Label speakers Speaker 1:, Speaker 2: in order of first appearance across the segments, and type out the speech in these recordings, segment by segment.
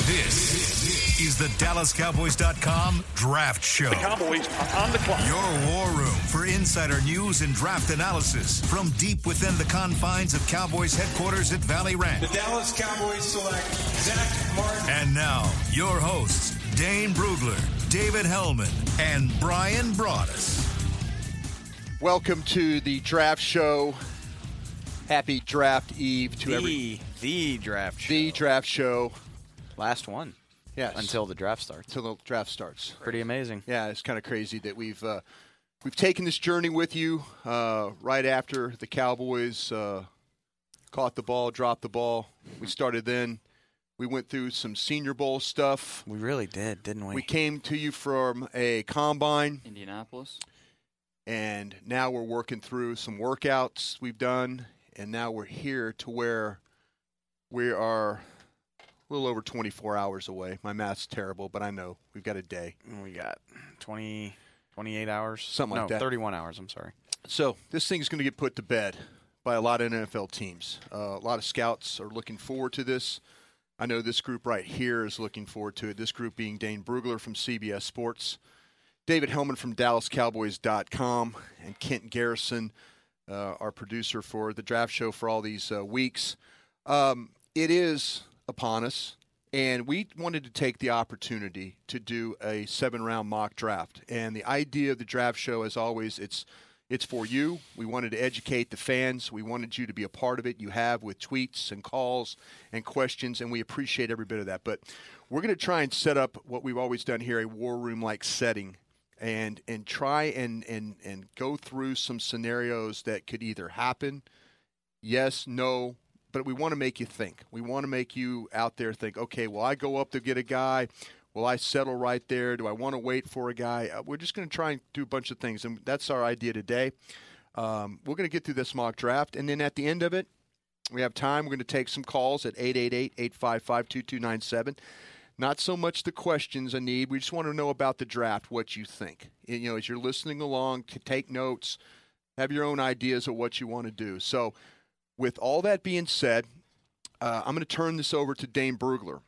Speaker 1: This is the DallasCowboys.com Draft Show.
Speaker 2: The Cowboys are on the clock.
Speaker 1: Your war room for insider news and draft analysis from deep within the confines of Cowboys headquarters at Valley Ranch.
Speaker 3: The Dallas Cowboys select Zach Martin.
Speaker 1: And now, your hosts, Dane Brugler, David Hellman, and Brian Broaddus.
Speaker 4: Welcome to the draft show. Happy draft eve to
Speaker 5: the,
Speaker 4: every
Speaker 5: the draft show.
Speaker 4: the draft show
Speaker 5: last one
Speaker 4: Yes.
Speaker 5: until the draft starts.
Speaker 4: until the draft starts.
Speaker 5: Pretty amazing.
Speaker 4: Yeah, it's kind of crazy that we've uh, we've taken this journey with you uh, right after the Cowboys uh, caught the ball, dropped the ball. We started then. We went through some Senior Bowl stuff.
Speaker 5: We really did, didn't we?
Speaker 4: We came to you from a combine,
Speaker 6: Indianapolis.
Speaker 4: and now we're working through some workouts we've done, and now we're here to where we are a little over 24 hours away. My math's terrible, but I know we've got a day.
Speaker 5: We got 20, 28 hours.
Speaker 4: Something
Speaker 5: no,
Speaker 4: like that.
Speaker 5: 31 hours, I'm sorry.
Speaker 4: So this thing's going to get put to bed by a lot of NFL teams. Uh, a lot of scouts are looking forward to this. I know this group right here is looking forward to it. This group being Dane Brugler from CBS Sports, David Hellman from DallasCowboys.com, and Kent Garrison, uh, our producer for the draft show for all these uh, weeks. Um, it is upon us, and we wanted to take the opportunity to do a seven-round mock draft. And the idea of the draft show, as always, it's it's for you. We wanted to educate the fans. We wanted you to be a part of it. You have with tweets and calls and questions, and we appreciate every bit of that. But we're going to try and set up what we've always done here a war room like setting and and try and, and and go through some scenarios that could either happen yes, no, but we want to make you think. We want to make you out there think, okay, will I go up to get a guy? Will I settle right there? Do I want to wait for a guy? Uh, We're just going to try and do a bunch of things, and that's our idea today. Um, we're going to get through this mock draft, and then at the end of it, we have time. We're going to take some calls at 888 855 2297. Not so much the questions I need. We just want to know about the draft, what you think. You know, as you're listening along, to take notes, have your own ideas of what you want to do. So, with all that being said, uh, I'm going to turn this over to Dane Brugler.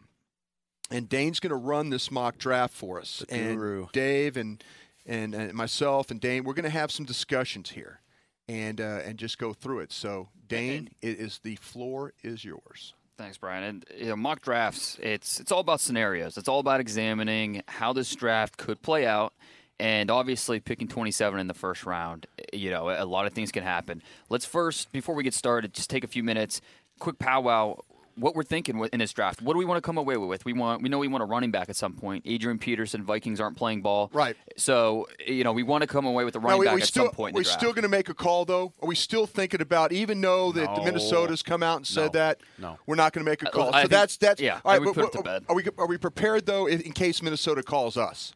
Speaker 4: And Dane's going to run this mock draft for us.
Speaker 5: The guru.
Speaker 4: And Dave and, and and myself and Dane, we're going to have some discussions here, and uh, and just go through it. So Dane, it is the floor is yours.
Speaker 6: Thanks, Brian. And you know, mock drafts, it's it's all about scenarios. It's all about examining how this draft could play out. And obviously, picking 27 in the first round, you know, a lot of things can happen. Let's first, before we get started, just take a few minutes, quick powwow. What we're thinking with- in this draft? What do we want to come away with? We want, we know we want a running back at some point. Adrian Peterson, Vikings aren't playing ball,
Speaker 4: Right.
Speaker 6: So you know, we want to come away with a running
Speaker 4: Now, we,
Speaker 6: back
Speaker 4: we
Speaker 6: at
Speaker 4: still,
Speaker 6: some point. In
Speaker 4: we're
Speaker 6: the draft.
Speaker 4: still going to make a call though. Are we still thinking about even though that the
Speaker 5: No.
Speaker 4: Minnesota's come out and said
Speaker 5: No.
Speaker 4: that?
Speaker 5: No.
Speaker 4: we're not going to make a
Speaker 6: Uh,
Speaker 4: call.
Speaker 6: I
Speaker 4: so
Speaker 6: think-
Speaker 4: that's that's
Speaker 6: yeah,
Speaker 4: All right,
Speaker 6: we
Speaker 4: but
Speaker 6: put it
Speaker 4: what-
Speaker 6: to bed.
Speaker 4: Are we are we prepared though in, in case Minnesota calls us?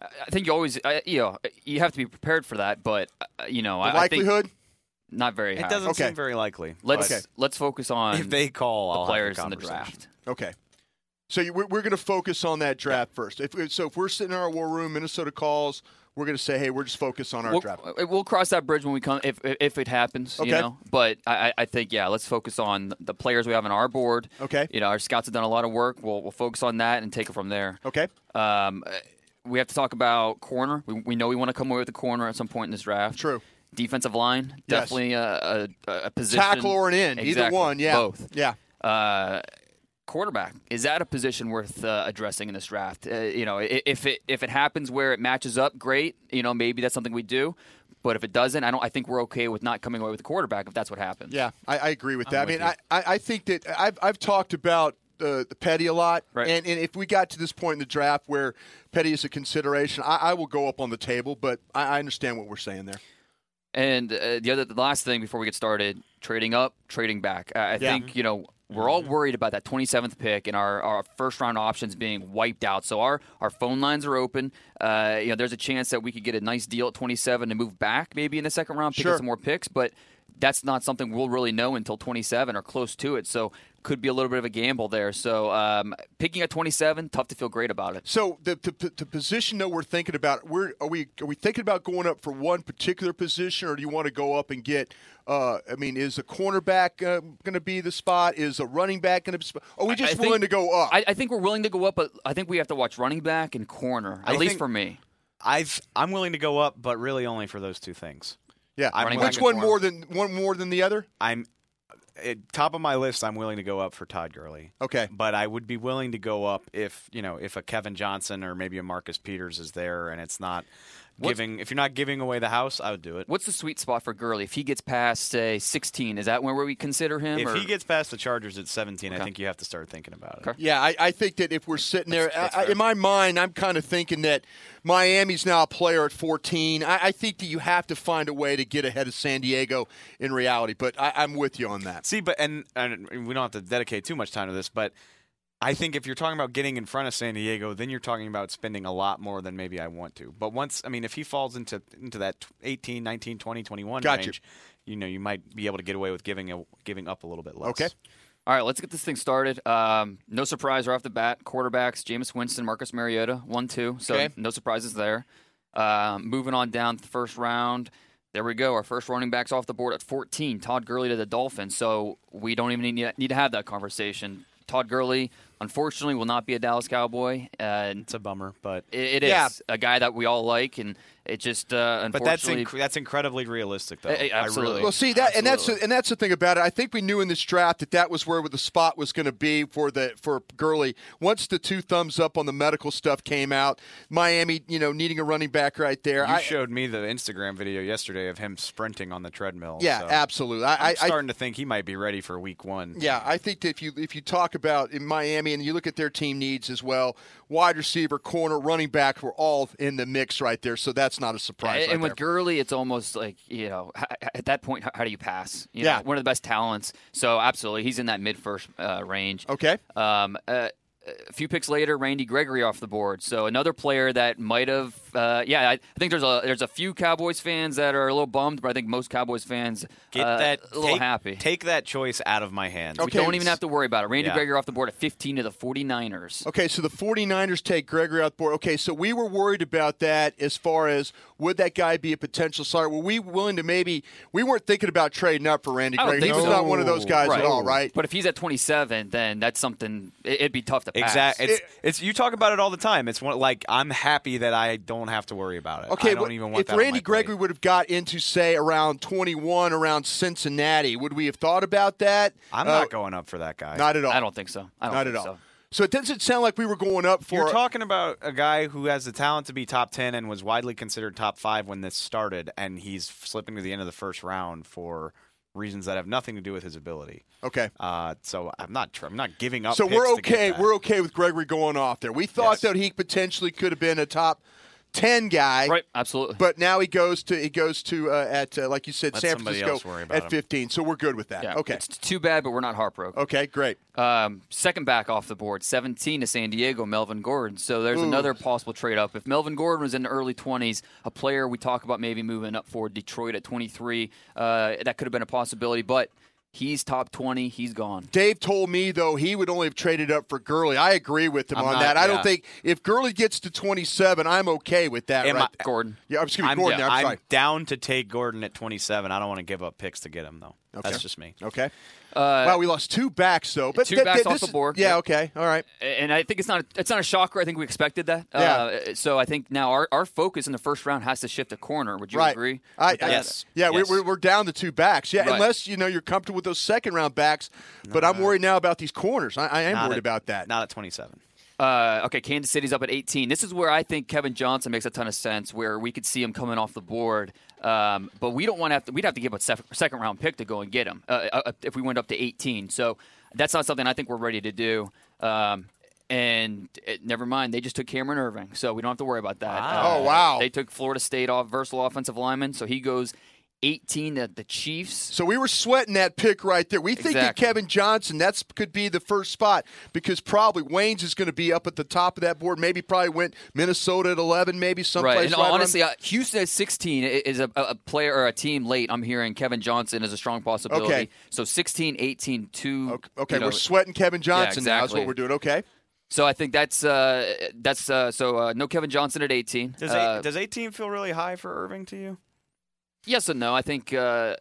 Speaker 6: I think you always, I, you know, you have to be prepared for that. But uh, you know,
Speaker 4: The
Speaker 6: I, I think
Speaker 4: likelihood.
Speaker 6: not very.
Speaker 5: It
Speaker 6: high.
Speaker 5: doesn't
Speaker 4: Okay.
Speaker 5: seem very likely.
Speaker 6: Let's
Speaker 5: but
Speaker 4: Okay.
Speaker 6: let's focus on
Speaker 5: if they call,
Speaker 6: the
Speaker 5: I'll have
Speaker 6: players in the
Speaker 5: conversation.
Speaker 6: draft.
Speaker 4: Okay. So you, we're, we're going to focus on that draft first. If, so if we're sitting in our war room, Minnesota calls, we're going to say, hey, we're just focused on our
Speaker 6: We'll,
Speaker 4: draft.
Speaker 6: uh, we'll cross that bridge when we come if if- if it happens.
Speaker 4: Okay.
Speaker 6: You know, but I, I- I think yeah, let's focus on the players we have on our board.
Speaker 4: Okay.
Speaker 6: You know, our scouts have done a lot of work. We'll we'll focus on that and take it from there.
Speaker 4: Okay.
Speaker 6: Um, uh, we have to talk about corner. We, we know we want to come away with a corner at some point in this draft.
Speaker 4: True.
Speaker 6: Defensive line,
Speaker 4: Yes.
Speaker 6: definitely a, a, a position.
Speaker 4: Tackle or an end, either
Speaker 6: Exactly.
Speaker 4: one. Yeah.
Speaker 6: Both.
Speaker 4: Yeah.
Speaker 6: uh, quarterback is that a position worth uh, addressing in this draft? Uh, you know, i- if it if it happens where it matches up, great. You know, maybe that's something we do. But if it doesn't, I don't. I think we're okay with not coming away with a quarterback if that's what happens.
Speaker 4: Yeah, I, I agree with that.
Speaker 6: with
Speaker 4: I mean, I, I, I think that I've, I've talked about uh, the Petty a lot,
Speaker 6: Right.
Speaker 4: and, and if we got to this point in the draft where Petty is a consideration, I, I will go up on the table, but I, I understand what we're saying there.
Speaker 6: And uh, the other, the last thing before we get started, trading up, trading back. I, I
Speaker 4: Yeah.
Speaker 6: think you know we're all worried about that 27th pick and our, our first round options being wiped out. So our, our phone lines are open. Uh, you know, there's a chance that we could get a nice deal at 27 to move back maybe in the second round, pick
Speaker 4: Sure.
Speaker 6: up some more picks, but. That's not something we'll really know until 27 or close to it. So could be a little bit of a gamble there. So um, picking at 27, tough to feel great about it.
Speaker 4: So the, the, the position that we're thinking about, we're, are we are we thinking about going up for one particular position, or do you want to go up and get? Uh, I mean, is a cornerback uh, going to be the spot? Is a running back going to? be spot? Are we
Speaker 6: I
Speaker 4: just
Speaker 6: think-
Speaker 4: willing to go up?
Speaker 6: I, I think we're willing to go up, but I think we have to watch running back and corner, at
Speaker 5: I
Speaker 6: least
Speaker 5: think-
Speaker 6: for me.
Speaker 5: I've I'm willing to go up, but really only for those two things.
Speaker 4: yeah,
Speaker 5: I'm Running
Speaker 4: which
Speaker 5: back
Speaker 4: one
Speaker 5: and
Speaker 4: more than one more than the other?
Speaker 5: I'm at top of my list. I'm willing to go up for Todd Gurley.
Speaker 4: Okay.
Speaker 5: but I would be willing to go up if you know if a Kevin Johnson or maybe a Marcus Peters is there, and it's not giving. If you're not giving away the house, I would do it.
Speaker 6: What's the sweet spot for Gurley? If he gets past, say, 16, is that where we consider him?
Speaker 5: If
Speaker 6: or-
Speaker 5: he gets past the Chargers at 17, I
Speaker 6: Okay.
Speaker 5: think you have to start thinking about it.
Speaker 6: Okay.
Speaker 4: Yeah, I, I think that if we're sitting there,
Speaker 6: That's- that's
Speaker 4: I, I-
Speaker 6: fair.
Speaker 4: in my mind, I'm kind of thinking that Miami's now a player at 14. I, I think that you have to find a way to get ahead of San Diego in reality, but I, I'm with you on that.
Speaker 5: See, but and, and we don't have to dedicate too much time to this, but I think if you're talking about getting in front of San Diego, then you're talking about spending a lot more than maybe I want to. But once, I mean, if he falls into into that tw- 18, 19, 20, 21
Speaker 4: Got you.
Speaker 5: range, you. know, you might be able to get away with giving a, giving up a little bit less.
Speaker 4: Okay.
Speaker 6: All right, let's get this thing started. Um, no surprise right off the bat. Quarterbacks: Jameis Winston, Marcus Mariota, one, two. So
Speaker 4: Okay.
Speaker 6: no surprises there. Um, moving on down to the first round. There we go. Our first running backs off the board at 14. Todd Gurley to the Dolphins. So we don't even need, need to have that conversation. Todd Gurley, unfortunately, will not be a Dallas Cowboy. And
Speaker 5: It's a bummer, but
Speaker 6: it, it is
Speaker 4: Yeah.
Speaker 6: a guy that we all like, and it just uh,
Speaker 5: but that's
Speaker 6: unfortunately.
Speaker 5: inc- that's incredibly realistic, though.
Speaker 6: Eh, eh,
Speaker 5: I really-
Speaker 6: absolutely.
Speaker 4: Well, see that, and that's the,
Speaker 6: Absolutely.
Speaker 4: and that's the thing about it. I think we knew in this draft that that was where the spot was going to be for the for Gurley. Once the two thumbs up on the medical stuff came out, Miami, you know, needing a running back right there.
Speaker 5: you
Speaker 4: I,
Speaker 5: showed me the Instagram video yesterday of him sprinting on the treadmill.
Speaker 4: yeah,
Speaker 5: so
Speaker 4: absolutely. I,
Speaker 5: I'm
Speaker 4: I, I
Speaker 5: starting to think he might be ready for Week One.
Speaker 4: Yeah, I think that if you if you talk about in Miami and you look at their team needs as well, wide receiver, corner, running back were all in the mix right there. So that's not a surprise. right
Speaker 6: and with
Speaker 4: there.
Speaker 6: Gurley, it's almost like you know h- h- at that point, h- how do you pass? You
Speaker 4: Yeah.
Speaker 6: know, one of the best talents. So absolutely, he's in that mid first uh, range.
Speaker 4: okay,
Speaker 6: Um, uh, a few picks later, Randy Gregory off the board. So another player that might have, uh, yeah, I, I think there's a there's a few Cowboys fans that are a little bummed, but I think most Cowboys fans
Speaker 5: Get
Speaker 6: uh,
Speaker 5: that
Speaker 6: a little
Speaker 5: take,
Speaker 6: happy.
Speaker 5: Take that choice out of my hands.
Speaker 4: Okay.
Speaker 6: Don't even have to worry about it. Randy
Speaker 5: Yeah.
Speaker 6: Gregory off the board at 15 to the 49ers.
Speaker 4: okay. So the 49ers take Gregory out the board. Okay, so we were worried about that as far as would that guy be a potential starter? Were we willing to maybe we weren't thinking about trading up for Randy
Speaker 6: I don't
Speaker 4: Gregory? He was
Speaker 6: think so.
Speaker 4: not one of those guys at all, right?
Speaker 6: But if he's at 27, then that's something. It, it'd be tough to pass.
Speaker 5: Exactly. It's,
Speaker 4: It-
Speaker 5: it's you talk about it all the time. It's one like I'm happy that I don't have to worry about it.
Speaker 4: Okay,
Speaker 5: I don't
Speaker 4: wh-
Speaker 5: even want
Speaker 4: if
Speaker 5: that on my
Speaker 4: Randy
Speaker 5: plate.
Speaker 4: Gregory would have got into say around 21, around Cincinnati, would we have thought about that?
Speaker 5: I'm
Speaker 4: Uh,
Speaker 5: not going up for that guy.
Speaker 4: Not at all.
Speaker 6: I don't think so. I don't
Speaker 4: Not
Speaker 6: think
Speaker 4: at all.
Speaker 6: so.
Speaker 4: So it doesn't sound like we were going up for.
Speaker 5: You're talking about a guy who has the talent to be top ten and was widely considered top five when this started, and he's slipping to the end of the first round for reasons that have nothing to do with his ability.
Speaker 4: okay.
Speaker 5: Uh, so I'm not. Tr- I'm not giving up.
Speaker 4: So
Speaker 5: picks
Speaker 4: we're
Speaker 5: to get
Speaker 4: okay.
Speaker 5: that.
Speaker 4: We're okay with Gregory going off there. We thought
Speaker 5: Yes.
Speaker 4: that he potentially could have been a top ten guy,
Speaker 6: Right. Absolutely.
Speaker 4: But now he goes to he goes to uh, at uh, like you said,
Speaker 5: Let
Speaker 4: San
Speaker 5: somebody
Speaker 4: Francisco
Speaker 5: else worry about
Speaker 4: at
Speaker 5: him.
Speaker 4: 15. So we're good with that.
Speaker 6: Yeah,
Speaker 4: Okay.
Speaker 6: It's too bad, but we're not heartbroken.
Speaker 4: Okay. Great.
Speaker 5: Uh,
Speaker 6: Um, second back off the board, 17 to San Diego, Melvin Gordon. So there's
Speaker 4: Ooh.
Speaker 6: another possible trade up. If Melvin Gordon was in the early 20s, a player we talk about maybe moving up for Detroit at 23, uh, that could have been a possibility, but he's top 20. He's gone.
Speaker 4: Dave told me though he would only have traded up for Gurley. I agree with him
Speaker 5: I'm
Speaker 4: on
Speaker 5: not-
Speaker 4: that. I don't
Speaker 5: yeah.
Speaker 4: think if Gurley gets to 27, I'm okay with that.
Speaker 5: Am
Speaker 4: right?
Speaker 5: I-
Speaker 6: Gordon.
Speaker 4: yeah. Excuse me,
Speaker 5: I'm,
Speaker 4: Gordon. I'm,
Speaker 5: I'm
Speaker 4: sorry.
Speaker 5: down to take Gordon at 27. I don't want to give up picks to get him though.
Speaker 4: Okay.
Speaker 5: That's just me.
Speaker 4: Okay. wow, we lost two backs though. But
Speaker 6: Uh, two
Speaker 4: th-
Speaker 6: backs
Speaker 4: th-
Speaker 6: off
Speaker 4: this
Speaker 6: the
Speaker 4: is-
Speaker 6: board.
Speaker 4: Yeah.
Speaker 6: Yep.
Speaker 4: Okay. All right.
Speaker 6: and I think it's not it's not a shocker. I think we expected that.
Speaker 4: Yeah.
Speaker 6: Uh, so I think now our, our focus in the first round has to shift to corner. Would you
Speaker 4: right.
Speaker 6: agree?
Speaker 4: I,
Speaker 6: with that?
Speaker 4: I-
Speaker 5: Yes.
Speaker 4: Yeah, we-
Speaker 5: Yes.
Speaker 4: We're, we're down to two backs. Yeah,
Speaker 6: Right.
Speaker 4: unless you know you're comfortable with those second round backs. but I'm worried now about these corners. I, I am
Speaker 5: Not
Speaker 4: worried
Speaker 5: at-
Speaker 4: about that.
Speaker 5: Not at 27.
Speaker 6: Uh, okay, Kansas City's up at 18. This is where I think Kevin Johnson makes a ton of sense, where we could see him coming off the board. Um, but we don't want to have to. We'd have to give a sef- second round pick to go and get him uh, uh, if we went up to 18. So that's not something I think we're ready to do. Um, and it, never mind, they just took Cameron Irving, so we don't have to worry about that.
Speaker 5: Wow.
Speaker 4: Oh, wow.
Speaker 6: They took Florida State off versatile offensive lineman, so he goes 18 that the Chiefs.
Speaker 4: So we were sweating that pick right there. We think that
Speaker 6: Exactly.
Speaker 4: Kevin Johnson that's could be the first spot because probably Wayne's is going to be up at the top of that board. Maybe probably went Minnesota at eleven, maybe someplace.
Speaker 6: Right, and
Speaker 4: around-
Speaker 6: honestly, uh, Houston at 16 i- is a, a a player or a team late. I'm hearing Kevin Johnson is a strong possibility.
Speaker 4: Okay.
Speaker 6: So 16, 18, two.
Speaker 4: okay, okay,
Speaker 6: you know,
Speaker 4: we're sweating Kevin Johnson. now is
Speaker 6: exactly.
Speaker 4: what we're doing. Okay,
Speaker 6: So I think that's uh, that's uh, so uh, no Kevin Johnson at 18.
Speaker 5: Does,
Speaker 6: uh,
Speaker 5: eight, does 18 feel really high for Irving to you?
Speaker 6: yes and no. I think uh,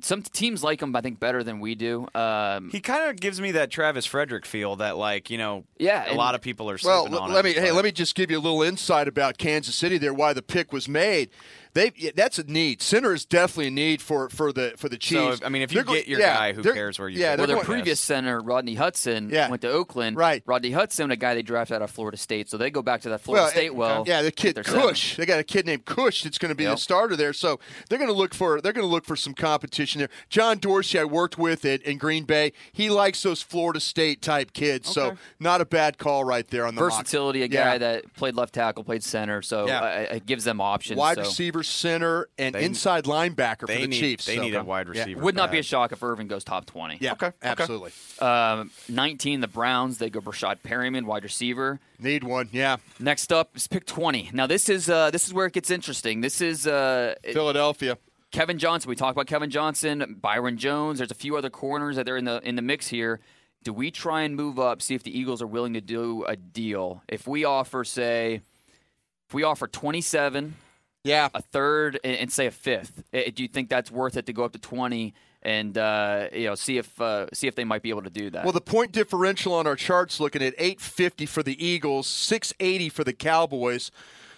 Speaker 6: some teams like him. I think better than we do. Um,
Speaker 5: He kind of gives me that Travis Frederick feel that, like, you know,
Speaker 6: Yeah,
Speaker 5: a
Speaker 6: and-
Speaker 5: lot of people are
Speaker 4: well,
Speaker 5: sleeping
Speaker 4: l-
Speaker 5: on
Speaker 4: let
Speaker 5: him,
Speaker 4: me hey,
Speaker 5: but-
Speaker 4: let me just give you a little insight about Kansas City there. Why the pick was made? They yeah, that's a need. Center is definitely a need for for the for the
Speaker 5: So,
Speaker 4: Chiefs.
Speaker 5: if- I mean, if you
Speaker 4: They're go-
Speaker 5: get your
Speaker 4: yeah,
Speaker 5: guy, who
Speaker 4: they're-
Speaker 5: cares where you
Speaker 4: yeah,
Speaker 5: pick?
Speaker 4: they're
Speaker 6: Well, their
Speaker 4: going-
Speaker 6: previous center, Rodney Hudson,
Speaker 4: Yeah.
Speaker 6: went to Oakland.
Speaker 4: Right.
Speaker 6: Rodney Hudson, a guy they drafted out of Florida State, so they go back to that Florida State
Speaker 4: it-
Speaker 6: well.
Speaker 4: Yeah, the
Speaker 6: with
Speaker 4: kid
Speaker 6: their
Speaker 4: Cush.
Speaker 6: center.
Speaker 4: They got a kid named Cush that's going to be the
Speaker 6: Yep.
Speaker 4: starter there. So they're going to look for they're going to look for some competition there. John Dorsey, I worked with it in Green Bay. He likes those Florida State type kids. So not a bad call right there on the mock.
Speaker 6: Versatility, a guy
Speaker 4: Yeah.
Speaker 6: that played left tackle, played center, so
Speaker 4: Yeah.
Speaker 6: uh, it gives them options.
Speaker 4: wide
Speaker 6: so.
Speaker 4: receiver, center, and
Speaker 5: They-
Speaker 4: inside linebacker for
Speaker 5: They
Speaker 4: the
Speaker 5: need,
Speaker 4: Chiefs.
Speaker 5: they
Speaker 4: So-
Speaker 5: need a wide
Speaker 4: Yeah.
Speaker 5: receiver.
Speaker 6: Would not be a
Speaker 5: bad.
Speaker 6: shock if Irvin goes top 20.
Speaker 4: Yeah,
Speaker 5: Okay, okay.
Speaker 4: absolutely.
Speaker 6: Um, 19, the Browns, they go Brashad Perryman, wide receiver.
Speaker 4: Need one. Yeah,
Speaker 6: Next up is pick 20. Now, this is uh, this is where it gets interesting. This is uh, it-
Speaker 4: Philadelphia.
Speaker 6: Kevin Johnson. We talked about Kevin Johnson, Byron Jones. There's a few other corners that they're in the in the mix here. Do we try and move up? See if the Eagles are willing to do a deal. If we offer, say, if we offer 27,
Speaker 4: Yeah,
Speaker 6: a third, and, and say a fifth, eh, do you think that's worth it to go up to 20 and uh, you know see if uh, see if they might be able to do that?
Speaker 4: Well, the point differential on our charts looking at 850 for the Eagles, 680 for the Cowboys.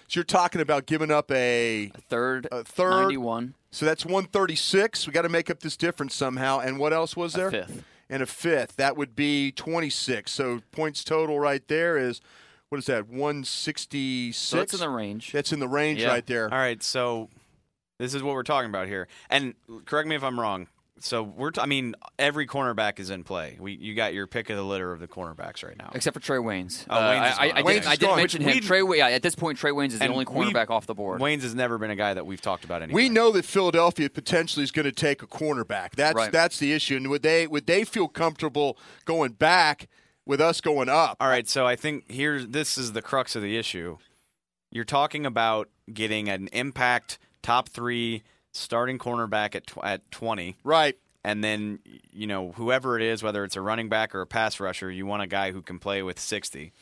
Speaker 4: So you're talking about giving up a
Speaker 6: a third,
Speaker 4: a uh, third,
Speaker 6: 91,
Speaker 4: so that's 136. We got to make up this difference somehow. And what else was there?
Speaker 6: fifth.
Speaker 4: And a fifth. That would be 26. So points total right there is what is that? 166.
Speaker 6: so it's in the range.
Speaker 4: That's in the range
Speaker 6: Yeah.
Speaker 4: right there.
Speaker 5: All right, so this is what we're talking about here. And correct me if I'm wrong. So we're t- I mean every cornerback is in play. We you got your pick of the litter of the cornerbacks right now.
Speaker 6: Except for Trey Waynes. Uh,
Speaker 5: Oh, Waynes is
Speaker 6: I, I,
Speaker 5: gone.
Speaker 6: I
Speaker 5: Waynes
Speaker 6: did, I
Speaker 4: is
Speaker 6: did
Speaker 4: gone.
Speaker 6: mention
Speaker 5: Which
Speaker 6: him.
Speaker 5: we-
Speaker 6: Trey, Wa- yeah, at this point, Trey Waynes is the
Speaker 5: And
Speaker 6: only
Speaker 5: we-
Speaker 6: cornerback off the board.
Speaker 5: Wayne's has never been a guy that we've talked about anyway.
Speaker 4: We know that Philadelphia potentially is going to take a cornerback. That's
Speaker 6: Right.
Speaker 4: that's the issue. And would they would they feel comfortable going back with us going up?
Speaker 5: All right, so I think here's this is the crux of the issue. You're talking about getting an impact top 3 starting cornerback at tw- at 20
Speaker 4: Right.
Speaker 5: and then you know whoever it is whether it's a running back or a pass rusher you want a guy who can play with 60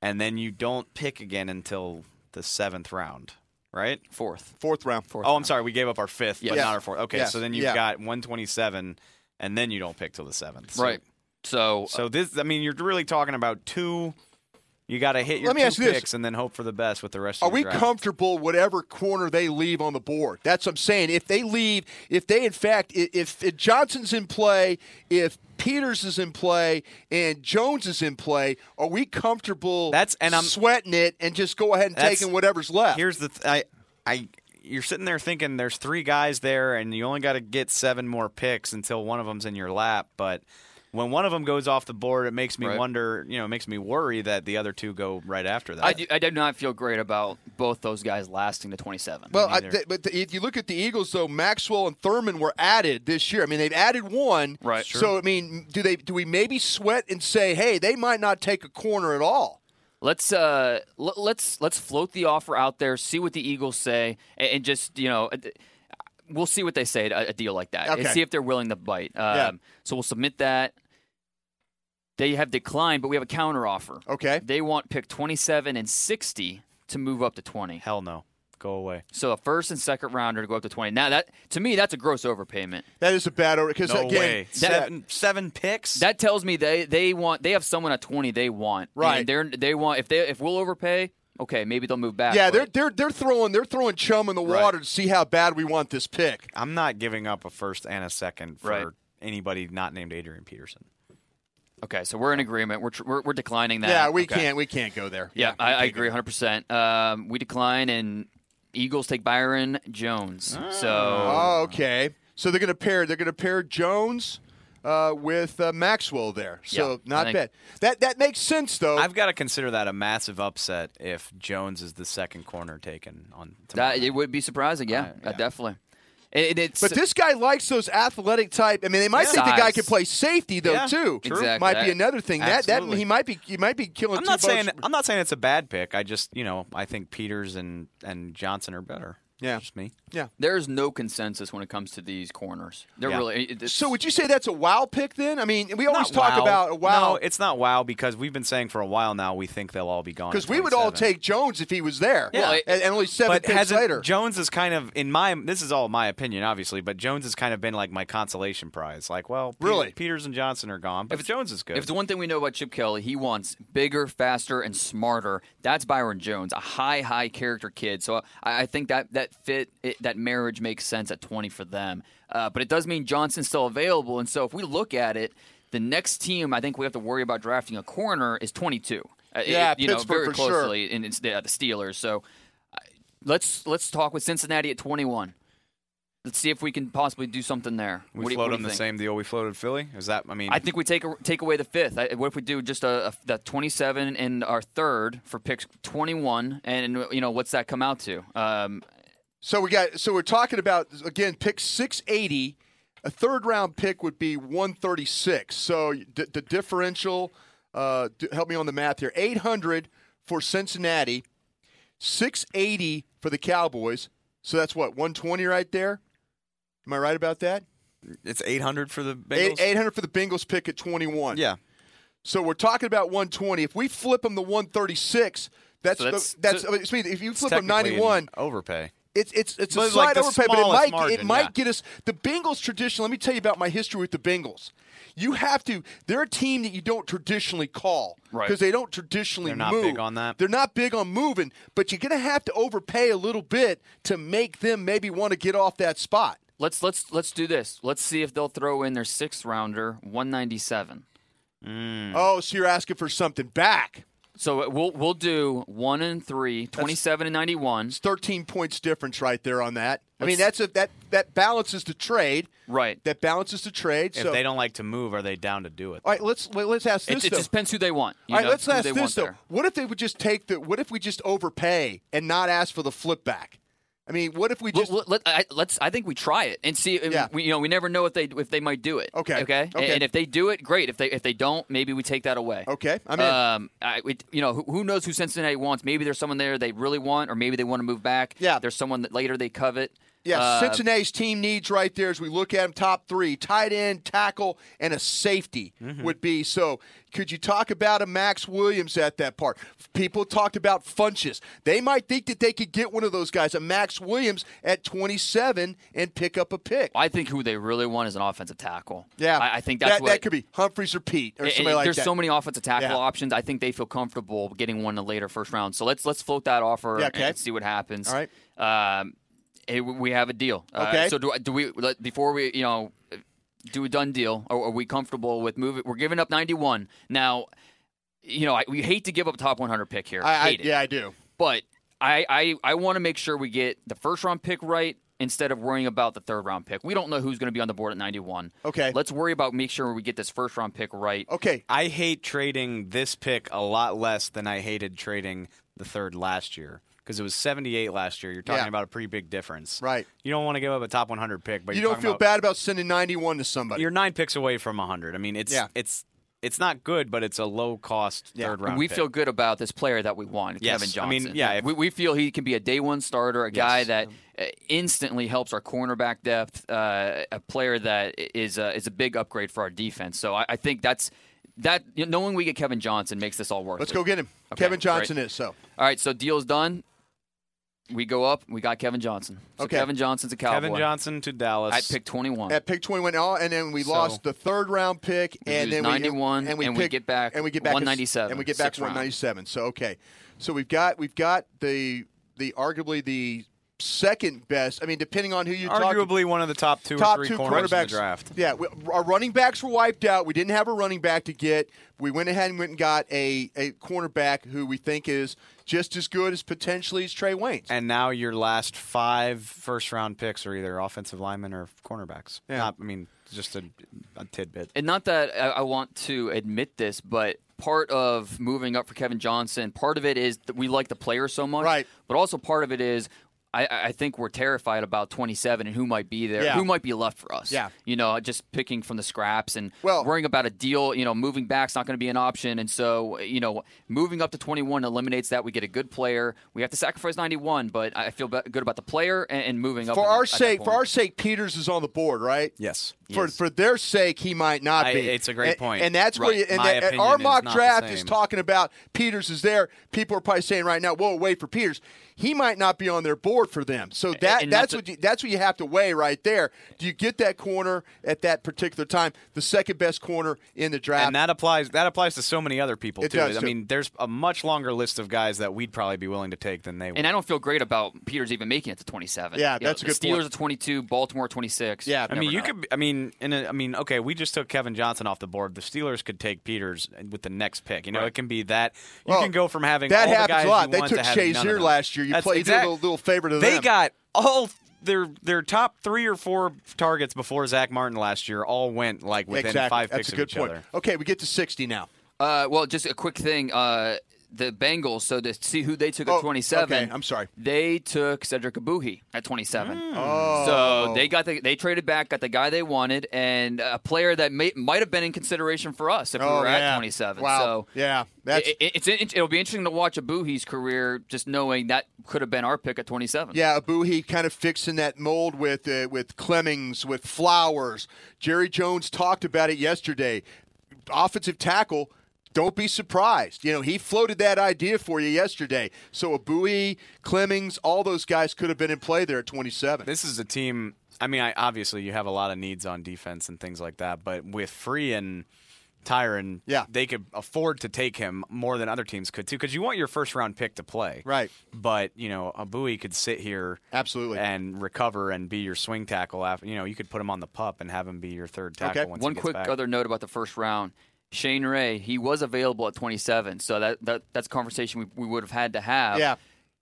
Speaker 5: and then you don't pick again until the 7th round right
Speaker 6: Fourth.
Speaker 4: Fourth round.
Speaker 6: Fourth
Speaker 5: oh i'm
Speaker 6: round.
Speaker 5: sorry we gave up our 5th
Speaker 6: Yes.
Speaker 5: but not our 4th okay
Speaker 4: Yes.
Speaker 5: so then you've
Speaker 4: Yeah.
Speaker 5: got 127 and then you don't pick till the 7th So-
Speaker 6: Right. So,
Speaker 5: so this i mean you're really talking about two you got to hit your
Speaker 4: Let me
Speaker 5: two
Speaker 4: ask you this.
Speaker 5: picks and then hope for the best with the rest
Speaker 4: Are
Speaker 5: of the
Speaker 4: we
Speaker 5: draft.
Speaker 4: comfortable whatever corner they leave on the board? That's what I'm saying. If they leave, if they in fact, i- if, if Johnson's in play, if Peters is in play, and Jones is in play, are we comfortable?
Speaker 5: That's- and I'm-
Speaker 4: sweating it and just go ahead and
Speaker 5: That's-
Speaker 4: taking whatever's left.
Speaker 5: Here's the th- I I you're sitting there thinking there's three guys there and you only got to get seven more picks until one of them's in your lap, but when one of them goes off the board, it makes me
Speaker 6: Right.
Speaker 5: wonder, you know, it makes me worry that the other two go right after that.
Speaker 6: I do, I do not feel great about both those guys lasting to 27.
Speaker 4: Well, I,
Speaker 5: neither.
Speaker 4: th- but the, if you look at the Eagles, though, Maxwell and Thurman were added this year. I mean, they've added one.
Speaker 6: Right. Sure.
Speaker 4: So, I mean, do they? Do we maybe sweat and say, hey, they might not take a corner at all?
Speaker 6: let's uh, l- let's let's float the offer out there, see what the Eagles say, and, and just you know. uh, We'll see what they say to a a deal like that, and
Speaker 4: Okay.
Speaker 6: see if they're willing to bite. Um,
Speaker 4: Yeah.
Speaker 6: So we'll submit that. They have declined, but we have a counter offer.
Speaker 4: Okay.
Speaker 6: They want pick 27 and 60 to move up to 20.
Speaker 5: Hell no. Go away.
Speaker 6: So a first and second rounder to go up to 20. Now that to me, that's a gross overpayment.
Speaker 4: That is a bad order because
Speaker 5: No
Speaker 4: again,
Speaker 5: way. seven seven picks?
Speaker 6: That tells me they they want they have someone at 20 they want.
Speaker 4: Right.
Speaker 6: And they're they want if they if we'll overpay, okay, maybe they'll move back.
Speaker 4: Yeah,
Speaker 6: but
Speaker 4: they're they're they're throwing they're throwing chum in the
Speaker 5: Right.
Speaker 4: water to see how bad we want this pick.
Speaker 5: I'm not giving up a first and a second for
Speaker 6: Right.
Speaker 5: anybody not named Adrian Peterson.
Speaker 6: okay, so we're in agreement. We're tr- we're, we're declining that.
Speaker 4: yeah, we
Speaker 6: Okay.
Speaker 4: can't we can't go there.
Speaker 6: Yeah, I, I
Speaker 4: we can't
Speaker 6: agree 100%. Um, we decline and Eagles take Byron Jones.
Speaker 4: go
Speaker 6: So
Speaker 4: there. Oh, okay. So they're gonna pair they're gonna pair Jones uh, with uh, Maxwell there. So
Speaker 6: Yeah,
Speaker 4: not
Speaker 6: I think-
Speaker 4: bad. That that makes sense though.
Speaker 5: I've got to consider that a massive upset if Jones is the second corner taken on tomorrow.
Speaker 6: that it would be surprising. Yeah,
Speaker 5: Uh, yeah.
Speaker 6: uh, definitely. It, it's
Speaker 4: But this guy likes those athletic type. I mean, they might
Speaker 6: Yeah.
Speaker 4: think the guy
Speaker 6: Size.
Speaker 4: could play safety though
Speaker 5: Yeah,
Speaker 4: too.
Speaker 6: true. Exactly.
Speaker 4: Might be another thing that that
Speaker 5: Absolutely.
Speaker 4: he might be he might be killing.
Speaker 5: I'm
Speaker 4: two
Speaker 5: not
Speaker 4: birds
Speaker 5: saying
Speaker 4: with-
Speaker 5: I'm not saying it's a bad pick. I just you know I think Peters and and Johnson are better.
Speaker 4: Yeah.
Speaker 5: just me.
Speaker 6: there is no consensus when it comes to these corners. They're
Speaker 5: Yeah.
Speaker 6: really it- it's-
Speaker 4: So would you say that's a wow pick then? I mean, we always
Speaker 5: Not
Speaker 4: talk
Speaker 5: wow.
Speaker 4: about a wow
Speaker 5: No, it's not wow because we've been saying for a while now we think they'll all be gone. at
Speaker 4: because we would all
Speaker 5: 27.
Speaker 4: take Jones if he was there.
Speaker 5: Yeah.
Speaker 4: and, and only seven
Speaker 5: But
Speaker 4: picks
Speaker 5: hasn't
Speaker 4: later.
Speaker 5: Jones is kind of in my this is all my opinion obviously, but Jones has kind of been like my consolation prize. Like, well, Pe-
Speaker 4: Really?
Speaker 5: Peters and Johnson are gone, but
Speaker 6: If-
Speaker 5: Jones is good.
Speaker 6: If the one thing we know about Chip Kelly, he wants bigger, faster, and smarter. That's Byron Jones, a high, high character kid. So I, I think that that fit, it, that marriage makes sense at 20 for them. Uh, but it does mean Johnson's still available. And so if we look at it, the next team I think we have to worry about drafting a corner is 22. Uh,
Speaker 4: Yeah,
Speaker 6: it, you know,
Speaker 4: Pittsburgh
Speaker 6: very
Speaker 4: for sure.
Speaker 6: closely, and it's the, the Steelers. So uh, let's let's talk with Cincinnati at 21. Let's see if we can possibly do something there.
Speaker 5: we
Speaker 6: What do you-
Speaker 5: float
Speaker 6: what do
Speaker 5: them
Speaker 6: you
Speaker 5: the
Speaker 6: think?
Speaker 5: same deal we floated Philly. Is that I mean
Speaker 6: I think we take a, take away the fifth. I, what if we do just a, a the twenty seven and our third for picks twenty one, and you know what's that come out to? Um,
Speaker 4: So we got so we're talking about again pick 680. A third round pick would be 136. So d- the differential uh, d- help me on the math here. 800 for Cincinnati, 680 for the Cowboys. So that's what 120 right there. Am I right about that?
Speaker 5: it's 800 for the
Speaker 4: Eight,
Speaker 5: Bengals.
Speaker 4: 800 for the Bengals pick at 21.
Speaker 5: yeah,
Speaker 4: So we're talking about 120. If we flip them to 136, that's
Speaker 5: So that's-
Speaker 4: that's,
Speaker 5: so-
Speaker 4: I mean, it's- if you
Speaker 5: it's
Speaker 4: flip them
Speaker 5: technically an
Speaker 4: 91,
Speaker 5: overpay.
Speaker 4: it's it's it's
Speaker 5: But
Speaker 4: a
Speaker 5: it's
Speaker 4: slight
Speaker 5: like the
Speaker 4: overpay, but it
Speaker 5: smallest
Speaker 4: might it
Speaker 5: margin,
Speaker 4: might
Speaker 5: yeah.
Speaker 4: get us the Bengals tradition. Let me tell you about my history with the Bengals. You have to. They're a team that you don't traditionally call
Speaker 6: Right.
Speaker 4: because they don't traditionally
Speaker 5: They're not
Speaker 4: move.
Speaker 5: big on that.
Speaker 4: They're not big on moving, but you're going to have to overpay a little bit to make them maybe want to get off that spot.
Speaker 6: let's let's let's do this. Let's see if they'll throw in their sixth rounder one ninety seven.
Speaker 5: Hmm.
Speaker 4: Oh, so you're asking for something back?
Speaker 6: So we'll we'll do one and three, 27 and ninety one.
Speaker 4: It's 13 points difference right there on that. I mean,
Speaker 6: Let's-
Speaker 4: that's a that that balances the trade.
Speaker 6: Right.
Speaker 4: That balances the trade.
Speaker 5: If
Speaker 4: so
Speaker 5: they don't like to move, are they down to do it?
Speaker 4: all right, let's let's ask
Speaker 6: It,
Speaker 4: this.
Speaker 6: it
Speaker 4: though.
Speaker 6: just depends who they want. You
Speaker 4: All right,
Speaker 6: know,
Speaker 4: let's
Speaker 6: who
Speaker 4: ask
Speaker 6: they
Speaker 4: this
Speaker 6: want
Speaker 4: though.
Speaker 6: there.
Speaker 4: What if they would just take the? What if we just overpay and not ask for the flip back? I mean, what if we
Speaker 6: Well,
Speaker 4: just?
Speaker 6: well, let, I, let's. I think we try it and see.
Speaker 4: Yeah.
Speaker 6: We, you know, we never know if they if they might do it.
Speaker 4: Okay.
Speaker 6: Okay. And-
Speaker 4: Okay.
Speaker 6: And if they do it, great. If they if they don't, maybe we take that away.
Speaker 4: okay, I mean,
Speaker 6: Um, I, it, you know, who, who knows who Cincinnati wants? Maybe there's someone there they really want, or maybe they want to move back.
Speaker 4: Yeah.
Speaker 6: There's someone that later they covet.
Speaker 4: yeah,
Speaker 6: Uh,
Speaker 4: Cincinnati's team needs right there as we look at them. Top three: tight end, tackle, and a safety
Speaker 6: Mm-hmm.
Speaker 4: would be. So, could you talk about a Max Williams at that part? People talked about Funches. They might think that they could get one of those guys, a Max Williams at 27, and pick up a pick.
Speaker 6: I think who they really want is an offensive tackle.
Speaker 4: yeah,
Speaker 6: I, I think that's
Speaker 4: that,
Speaker 6: what
Speaker 4: that could be Humphreys or Pete or
Speaker 6: and-
Speaker 4: somebody
Speaker 6: and
Speaker 4: like
Speaker 6: there's
Speaker 4: that.
Speaker 6: so many offensive tackle
Speaker 4: Yeah.
Speaker 6: options. I think they feel comfortable getting one in the later first round. So let's let's float that offer
Speaker 4: Yeah, okay.
Speaker 6: and see what happens.
Speaker 4: All right.
Speaker 6: Um, eh, we- we have a deal. Uh,
Speaker 4: Okay.
Speaker 6: so do I, do we let, before we you know do a done deal? Are, are we comfortable with moving? We're giving up 91 now. You know, I, we hate to give up a top 100 pick here.
Speaker 4: I, I,
Speaker 6: hate it
Speaker 4: yeah, I do.
Speaker 6: but I I, I want to make sure we get the first round pick right instead of worrying about the third round pick. We don't know who's going to be on the board at 91.
Speaker 4: Okay.
Speaker 6: Let's worry about make sure we get this first round pick right.
Speaker 4: Okay,
Speaker 5: I hate trading this pick a lot less than I hated trading the third last year because it was 78 last year. You're talking
Speaker 4: Yeah.
Speaker 5: about a pretty big difference.
Speaker 4: Right.
Speaker 5: You don't want to give up a top 100 pick, but
Speaker 4: you
Speaker 5: are
Speaker 4: don't feel bad about sending 91 to somebody.
Speaker 5: You're nine picks away from 100. I mean, it's
Speaker 4: Yeah.
Speaker 5: it's it's not good, but it's a low cost
Speaker 4: Yeah.
Speaker 5: third
Speaker 6: And
Speaker 5: round.
Speaker 6: we
Speaker 5: pick.
Speaker 6: feel good about this player that we want,
Speaker 5: Yes.
Speaker 6: Kevin
Speaker 5: I
Speaker 6: Johnson.
Speaker 5: mean, yeah, if-
Speaker 6: we, we feel he can be a day one starter, a guy that uh, instantly helps our cornerback depth, uh, a player that i- is a, is a big upgrade for our defense. So I, I think that's that you know, knowing we get Kevin Johnson makes this all worth
Speaker 4: Let's
Speaker 6: it.
Speaker 4: go get him.
Speaker 6: Okay,
Speaker 4: Kevin Johnson is so.
Speaker 6: All right, so deal's done. We go up. We got Kevin Johnson. So
Speaker 4: Okay.
Speaker 6: Kevin Johnson's a cowboy.
Speaker 5: Kevin Johnson to Dallas.
Speaker 6: At pick 21.
Speaker 4: At pick 21, oh, and then we
Speaker 5: So-
Speaker 4: lost the third round pick,
Speaker 6: We
Speaker 4: and then
Speaker 6: lose 91,
Speaker 4: we, and we,
Speaker 6: and we
Speaker 4: picked-
Speaker 6: get back
Speaker 4: and we get back a s-
Speaker 6: 197,
Speaker 4: and we get back
Speaker 6: sixth round.
Speaker 4: 197. So okay, so we've got we've got the the arguably the second best. I mean, depending on who you talk to,
Speaker 5: arguably one of the top two
Speaker 4: top
Speaker 5: or three
Speaker 4: two
Speaker 5: corners
Speaker 4: quarterbacks
Speaker 5: in the draft.
Speaker 4: Yeah, we, our running backs were wiped out. We didn't have a running back to get. We went ahead and went and got a a cornerback who we think is just as good as potentially as Trey Waynes.
Speaker 5: And now your last five first round picks are either offensive linemen or cornerbacks.
Speaker 4: Yeah.
Speaker 5: Not- I mean, just a, a tidbit.
Speaker 6: and not that I, I want to admit this, but part of moving up for Kevin Johnson, part of it is that we like the player so much.
Speaker 4: Right.
Speaker 6: But also part of it is I, I think we're terrified about 27 and who might be there,
Speaker 4: Yeah.
Speaker 6: who might be left for us.
Speaker 2: Yeah.
Speaker 6: You know, just picking from the scraps and
Speaker 4: Well-
Speaker 6: worrying about a deal, you know, moving back's not going to be an option. And so, you know, moving up to 21 eliminates that. We get a good player. We have to sacrifice 91, but I feel be- good about the player and, and moving up.
Speaker 4: For
Speaker 6: at
Speaker 4: our
Speaker 6: that
Speaker 4: sake, for
Speaker 6: point.
Speaker 4: our sake, Peters is on the board, right?
Speaker 5: Yes.
Speaker 4: For for their sake, he might not
Speaker 5: I-
Speaker 4: be.
Speaker 5: it's a great
Speaker 4: And-
Speaker 5: point.
Speaker 4: and that's where
Speaker 5: Right.
Speaker 4: you, and
Speaker 5: My
Speaker 4: that- and
Speaker 5: opinion
Speaker 4: our
Speaker 5: is
Speaker 4: mock
Speaker 5: not the
Speaker 4: draft is
Speaker 5: same.
Speaker 4: talking about Peters is there. People are probably saying right now, "Whoa, wait for Peters." He might not be on their board for them. So that
Speaker 6: and not
Speaker 4: that's
Speaker 6: to-
Speaker 4: what you, that's what you have to weigh right there. Do you get that corner at that particular time, the second best corner in the draft?
Speaker 5: and that applies that applies to so many other people
Speaker 4: It
Speaker 5: too.
Speaker 4: does,
Speaker 5: I
Speaker 4: too.
Speaker 5: mean, there's a much longer list of guys that we'd probably be willing to take than they would.
Speaker 6: And I don't feel great about Peters even making it to 27.
Speaker 4: Yeah,
Speaker 6: You know,
Speaker 4: that's a
Speaker 6: the
Speaker 4: good point.
Speaker 6: Steelers at 22, Baltimore at 26.
Speaker 4: Yeah,
Speaker 5: I mean,
Speaker 6: Never
Speaker 5: you
Speaker 6: know.
Speaker 5: could. I mean, and uh, I mean, okay, we just took Kevin Johnson off the board. The Steelers could take Peters with the next pick. You know, it can be that. You
Speaker 4: Well,
Speaker 5: can go from having
Speaker 4: that
Speaker 5: all the
Speaker 4: happens
Speaker 5: guys
Speaker 4: a lot.
Speaker 5: you
Speaker 4: they
Speaker 5: want
Speaker 4: took
Speaker 5: to having none of
Speaker 4: Shazier
Speaker 5: them.
Speaker 4: last year. You
Speaker 5: That's
Speaker 4: play you did
Speaker 5: exact-
Speaker 4: a little, little favor to
Speaker 5: They
Speaker 4: them.
Speaker 5: got all their their top three or four targets before Zach Martin last year. All went like within
Speaker 4: exactly.
Speaker 5: five
Speaker 4: That's
Speaker 5: picks
Speaker 4: a good
Speaker 5: of each
Speaker 4: point.
Speaker 5: other.
Speaker 4: Okay, we get to sixty now.
Speaker 6: Uh, well, just a quick thing. Uh, the Bengals. So to see who they took
Speaker 4: Oh,
Speaker 6: at 27.
Speaker 4: okay, I'm sorry. Hmm.
Speaker 6: They took Cedric Abuhi at 27.
Speaker 4: Oh.
Speaker 6: So they got the, they traded back, got the guy they wanted, and a player that may, might have been in consideration for us if we were at
Speaker 4: Oh, yeah.
Speaker 6: 27.
Speaker 4: Wow.
Speaker 6: So
Speaker 4: yeah, that's
Speaker 6: it, it, it's in- it'll be interesting to watch Abuhi's career, just knowing that could have been our pick at 27.
Speaker 4: Yeah, Abuhi kind of fixing that mold with uh, with Clemmings, with Flowers. Jerry Jones talked about it yesterday. Offensive tackle. Don't be surprised. You know, he floated that idea for you yesterday. So Abuhi, Clemmings, all those guys could have been in play there at 27.
Speaker 5: This is a team. I mean, I, obviously you have a lot of needs on defense and things like that, but with Free and Tyron,
Speaker 4: Yeah.
Speaker 5: they could afford to take him more than other teams could too, because you want your first round pick to play,
Speaker 4: Right.
Speaker 5: But you know, a buoy could sit here
Speaker 4: Absolutely.
Speaker 5: and recover and be your swing tackle. After you know, you could put him on the pup and have him be your third tackle.
Speaker 4: Okay.
Speaker 5: Once
Speaker 6: One
Speaker 5: he gets
Speaker 6: quick
Speaker 5: back.
Speaker 6: other note about the first round. Shane Ray, he was available at 27, so that, that that's a conversation we, we would have had to have.
Speaker 4: Yeah.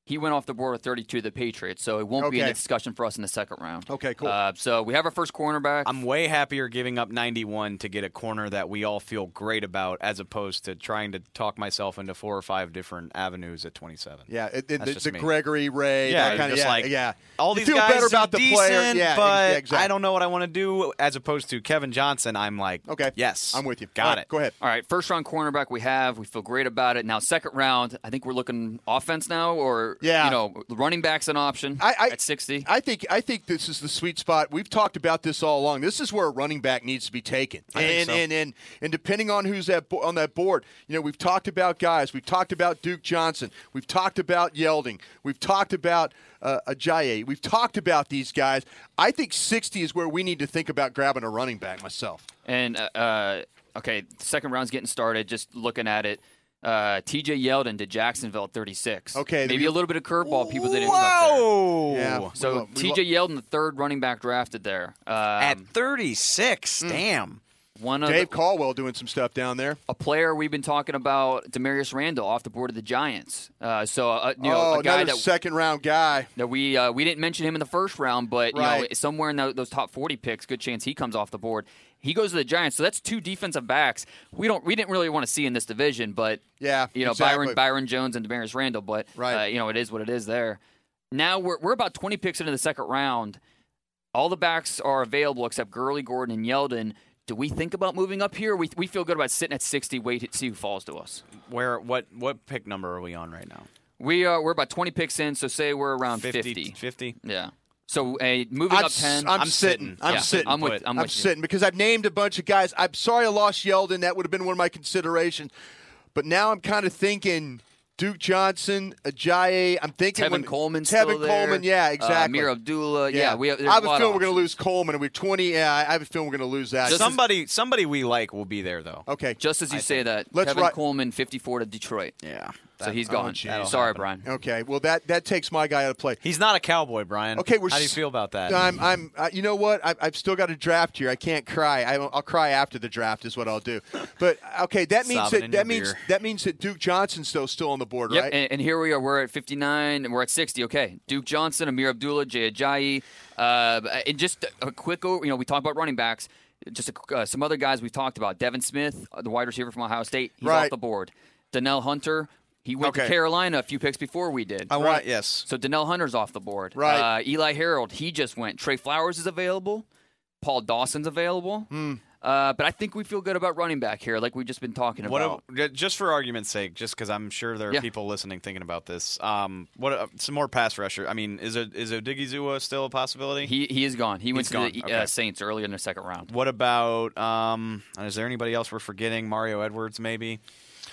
Speaker 6: He went off the board with 32 to the Patriots, so it won't be in
Speaker 4: Okay.
Speaker 6: the discussion for us in the second round.
Speaker 4: Okay, cool.
Speaker 6: Uh, so we have our first cornerback.
Speaker 5: I'm way happier giving up 91 to get a corner that we all feel great about, as opposed to trying to talk myself into four or five different avenues at 27.
Speaker 4: Yeah, it, it,
Speaker 5: That's
Speaker 4: the,
Speaker 5: just
Speaker 4: the
Speaker 5: me.
Speaker 4: Gregory Ray,
Speaker 5: Yeah,
Speaker 4: that
Speaker 5: you're
Speaker 4: kind
Speaker 5: just
Speaker 4: of yeah,
Speaker 5: like
Speaker 4: yeah.
Speaker 5: all
Speaker 4: You
Speaker 5: these
Speaker 4: feel
Speaker 5: guys
Speaker 4: better about the
Speaker 5: seem
Speaker 4: player,
Speaker 5: decent,
Speaker 4: yeah, ex-
Speaker 5: but
Speaker 4: exactly.
Speaker 5: I don't know what I want to do. As opposed to Kevin Johnson, I'm like,
Speaker 4: Okay,
Speaker 5: yes,
Speaker 4: I'm with you.
Speaker 5: Got
Speaker 4: All right,
Speaker 5: it.
Speaker 4: Go ahead.
Speaker 6: All right, first round cornerback we have. We feel great about it. Now, second round, I think we're looking offense now, or
Speaker 4: Yeah.
Speaker 6: you know, running back's an option
Speaker 4: I, I,
Speaker 6: at 60.
Speaker 4: I think I think this is the sweet spot. We've talked about this all along. This is where a running back needs to be taken,
Speaker 5: I
Speaker 4: and
Speaker 5: think so.
Speaker 4: and and and depending on who's at bo- on that board, you know, we've talked about guys. We've talked about Duke Johnson. We've talked about Yelding. We've talked about uh, Ajayi. We've talked about these guys. I think sixty is where we need to think about grabbing a running back. Myself,
Speaker 6: And uh, uh, okay, second round's getting started. Just looking at it, uh, T.J. Yeldon to Jacksonville at 36.
Speaker 4: Okay,
Speaker 6: maybe
Speaker 4: we-
Speaker 6: a little bit of curveball people didn't. Know
Speaker 5: Whoa!
Speaker 4: yeah.
Speaker 6: there. So
Speaker 4: We lo-
Speaker 6: T.J. Yeldon, the third running back drafted there. Um,
Speaker 5: At 36,
Speaker 4: Hmm.
Speaker 5: damn.
Speaker 6: one of
Speaker 4: Dave
Speaker 6: the-
Speaker 4: Caldwell doing some stuff down there.
Speaker 6: a player we've been talking about, Demarius Randall, off the board of the Giants. Uh, so uh, you know,
Speaker 4: oh,
Speaker 6: a guy
Speaker 4: another
Speaker 6: that
Speaker 4: second round guy.
Speaker 6: that we uh, we didn't mention him in the first round, but you know,
Speaker 4: Right.
Speaker 6: somewhere in tho- those top forty picks, good chance he comes off the board. He goes to the Giants, so that's two defensive backs. We don't we didn't really want to see in this division, but
Speaker 4: Yeah,
Speaker 6: you know
Speaker 4: exactly.
Speaker 6: Byron Byron Jones and Demaris Randall, but
Speaker 4: Right.
Speaker 6: uh, you know it is what it is there. Now we're we're about twenty picks into the second round. All the backs are available except Gurley, Gordon, and Yeldon. Do we think about moving up here? We, we feel good about sitting at sixty, wait to see who falls to us.
Speaker 5: Where? What? What pick number are we on right now?
Speaker 6: We are we're about twenty picks in, so say we're around
Speaker 5: 50. 50?
Speaker 6: yeah. So uh, moving
Speaker 4: I'm,
Speaker 6: up ten.
Speaker 4: am
Speaker 5: I'm
Speaker 4: sitting.
Speaker 5: sitting.
Speaker 4: I'm
Speaker 6: Yeah,
Speaker 4: sitting.
Speaker 6: I'm with- I'm with you.
Speaker 4: sitting because I've named a bunch of guys. I'm sorry I lost Yeldon. That would have been one of my considerations. But now I'm kind of thinking Duke Johnson, Ajayi. I'm thinking
Speaker 6: Tevin
Speaker 4: when-
Speaker 6: Coleman,
Speaker 4: Tevin
Speaker 6: still there.
Speaker 4: Coleman. Yeah,
Speaker 6: Uh,
Speaker 4: exactly.
Speaker 6: Amir Abdullah. Yeah, we have.
Speaker 4: I
Speaker 6: there's
Speaker 4: have
Speaker 6: a
Speaker 4: a
Speaker 6: lot
Speaker 4: feeling
Speaker 6: of
Speaker 4: we're going
Speaker 6: options.
Speaker 4: to lose Coleman. and We're 20. Yeah, I have a feeling we're going to lose that.
Speaker 6: Just-
Speaker 5: Somebody, somebody we like will be there though.
Speaker 4: okay.
Speaker 6: Just as you say that,
Speaker 4: Let's
Speaker 6: Kevin
Speaker 4: ri-
Speaker 6: Coleman, 54 to Detroit.
Speaker 5: Yeah.
Speaker 6: so he's gone.
Speaker 4: geez.
Speaker 6: Sorry,
Speaker 4: That'll
Speaker 6: Brian.
Speaker 4: okay. Well, that that takes my guy out of play.
Speaker 5: He's not a cowboy, Brian.
Speaker 4: Okay, we're
Speaker 5: How do you
Speaker 4: s-
Speaker 5: feel about that?
Speaker 4: I'm, I'm, uh, you know what? I, I've still got a draft here. I can't cry. I, I'll cry after the draft is what I'll do. But okay, that means
Speaker 5: Sobbing
Speaker 4: that
Speaker 5: in
Speaker 4: that
Speaker 5: your
Speaker 4: means
Speaker 5: beer.
Speaker 4: that means that Duke Johnson's still still on the board,
Speaker 6: Yep,
Speaker 4: right?
Speaker 6: and, and here we are. We're at 59, and we're at 60. Okay, Duke Johnson, Amir Abdullah, Jay Ajayi, uh, and just a quick. o- You know, we talk about running backs. Just a, uh, some other guys we've talked about. Devin Smith, uh, the wide receiver from Ohio State, he's
Speaker 4: Right.
Speaker 6: off the board. Donnell Hunter, He went to
Speaker 5: Okay.
Speaker 6: Carolina a few picks before we did.
Speaker 5: I
Speaker 4: Right.
Speaker 5: want yes.
Speaker 6: So Danelle Hunter's off the board.
Speaker 4: Right.
Speaker 6: Uh, Eli Harold, he just went. Trey Flowers is available. Paul Dawson's available.
Speaker 5: Hmm.
Speaker 6: Uh, but I think we feel good about running back here, like we've just been talking
Speaker 5: What
Speaker 6: about.
Speaker 5: a- ju- just for argument's sake, just because I'm sure there are
Speaker 6: Yeah.
Speaker 5: people listening thinking about this. Um, what a, some more pass rusher? I mean, is a, is Odigizua still a possibility?
Speaker 6: he he is gone. He went
Speaker 5: He's
Speaker 6: to the
Speaker 5: gone.
Speaker 6: uh,
Speaker 5: Okay.
Speaker 6: Saints earlier in the second round.
Speaker 5: what about? Um, is there anybody else we're forgetting? Mario Edwards, maybe.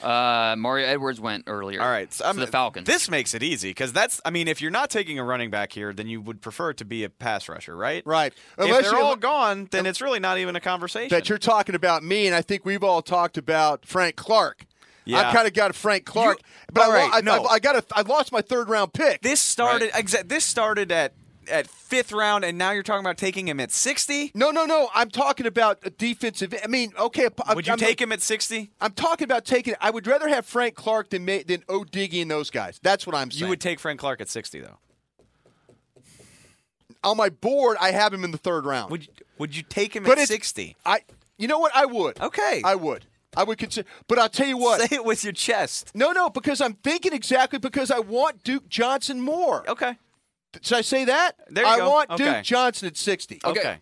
Speaker 6: Uh, Mario Edwards went earlier.
Speaker 5: All right, so
Speaker 6: to
Speaker 5: I'm-
Speaker 6: the Falcons.
Speaker 5: This makes it easy because that's. I mean, if you're not taking a running back here, then you would prefer it to be a pass rusher, right?
Speaker 4: Right.
Speaker 5: if they're all gone, then it's really not even a conversation.
Speaker 4: that you're talking about me, and I think we've all talked about Frank Clark.
Speaker 5: Yeah.
Speaker 4: I've kind of got a Frank Clark, but I,
Speaker 5: all
Speaker 4: lo-
Speaker 5: right,
Speaker 4: I,
Speaker 5: no.
Speaker 4: I, I got a, I lost my third round pick.
Speaker 5: this started. Exa- this started at at fifth round, and now you're talking about taking him at sixty.
Speaker 4: no, no, no. I'm talking about a defensive. I mean, okay. I-
Speaker 5: Would you
Speaker 4: I'm,
Speaker 5: take him at sixty?
Speaker 4: I'm talking about taking. I would rather have Frank Clark than Ma- than O'Diggy and those guys. That's what I'm saying.
Speaker 5: You would take Frank Clark at sixty, though.
Speaker 4: on my board. I have him in the third round.
Speaker 5: Would would you take him
Speaker 4: But
Speaker 5: at
Speaker 4: it's-
Speaker 5: sixty?
Speaker 4: I? You know what? I would.
Speaker 5: Okay.
Speaker 4: I would. I would consider. But I'll tell you what.
Speaker 5: Say it with your chest.
Speaker 4: no, no, because I'm thinking exactly because I want Duke Johnson more.
Speaker 5: Okay.
Speaker 4: Should I say that?
Speaker 5: There you
Speaker 4: I
Speaker 5: go.
Speaker 4: want
Speaker 5: Okay.
Speaker 4: Duke Johnson at 60.
Speaker 6: Okay.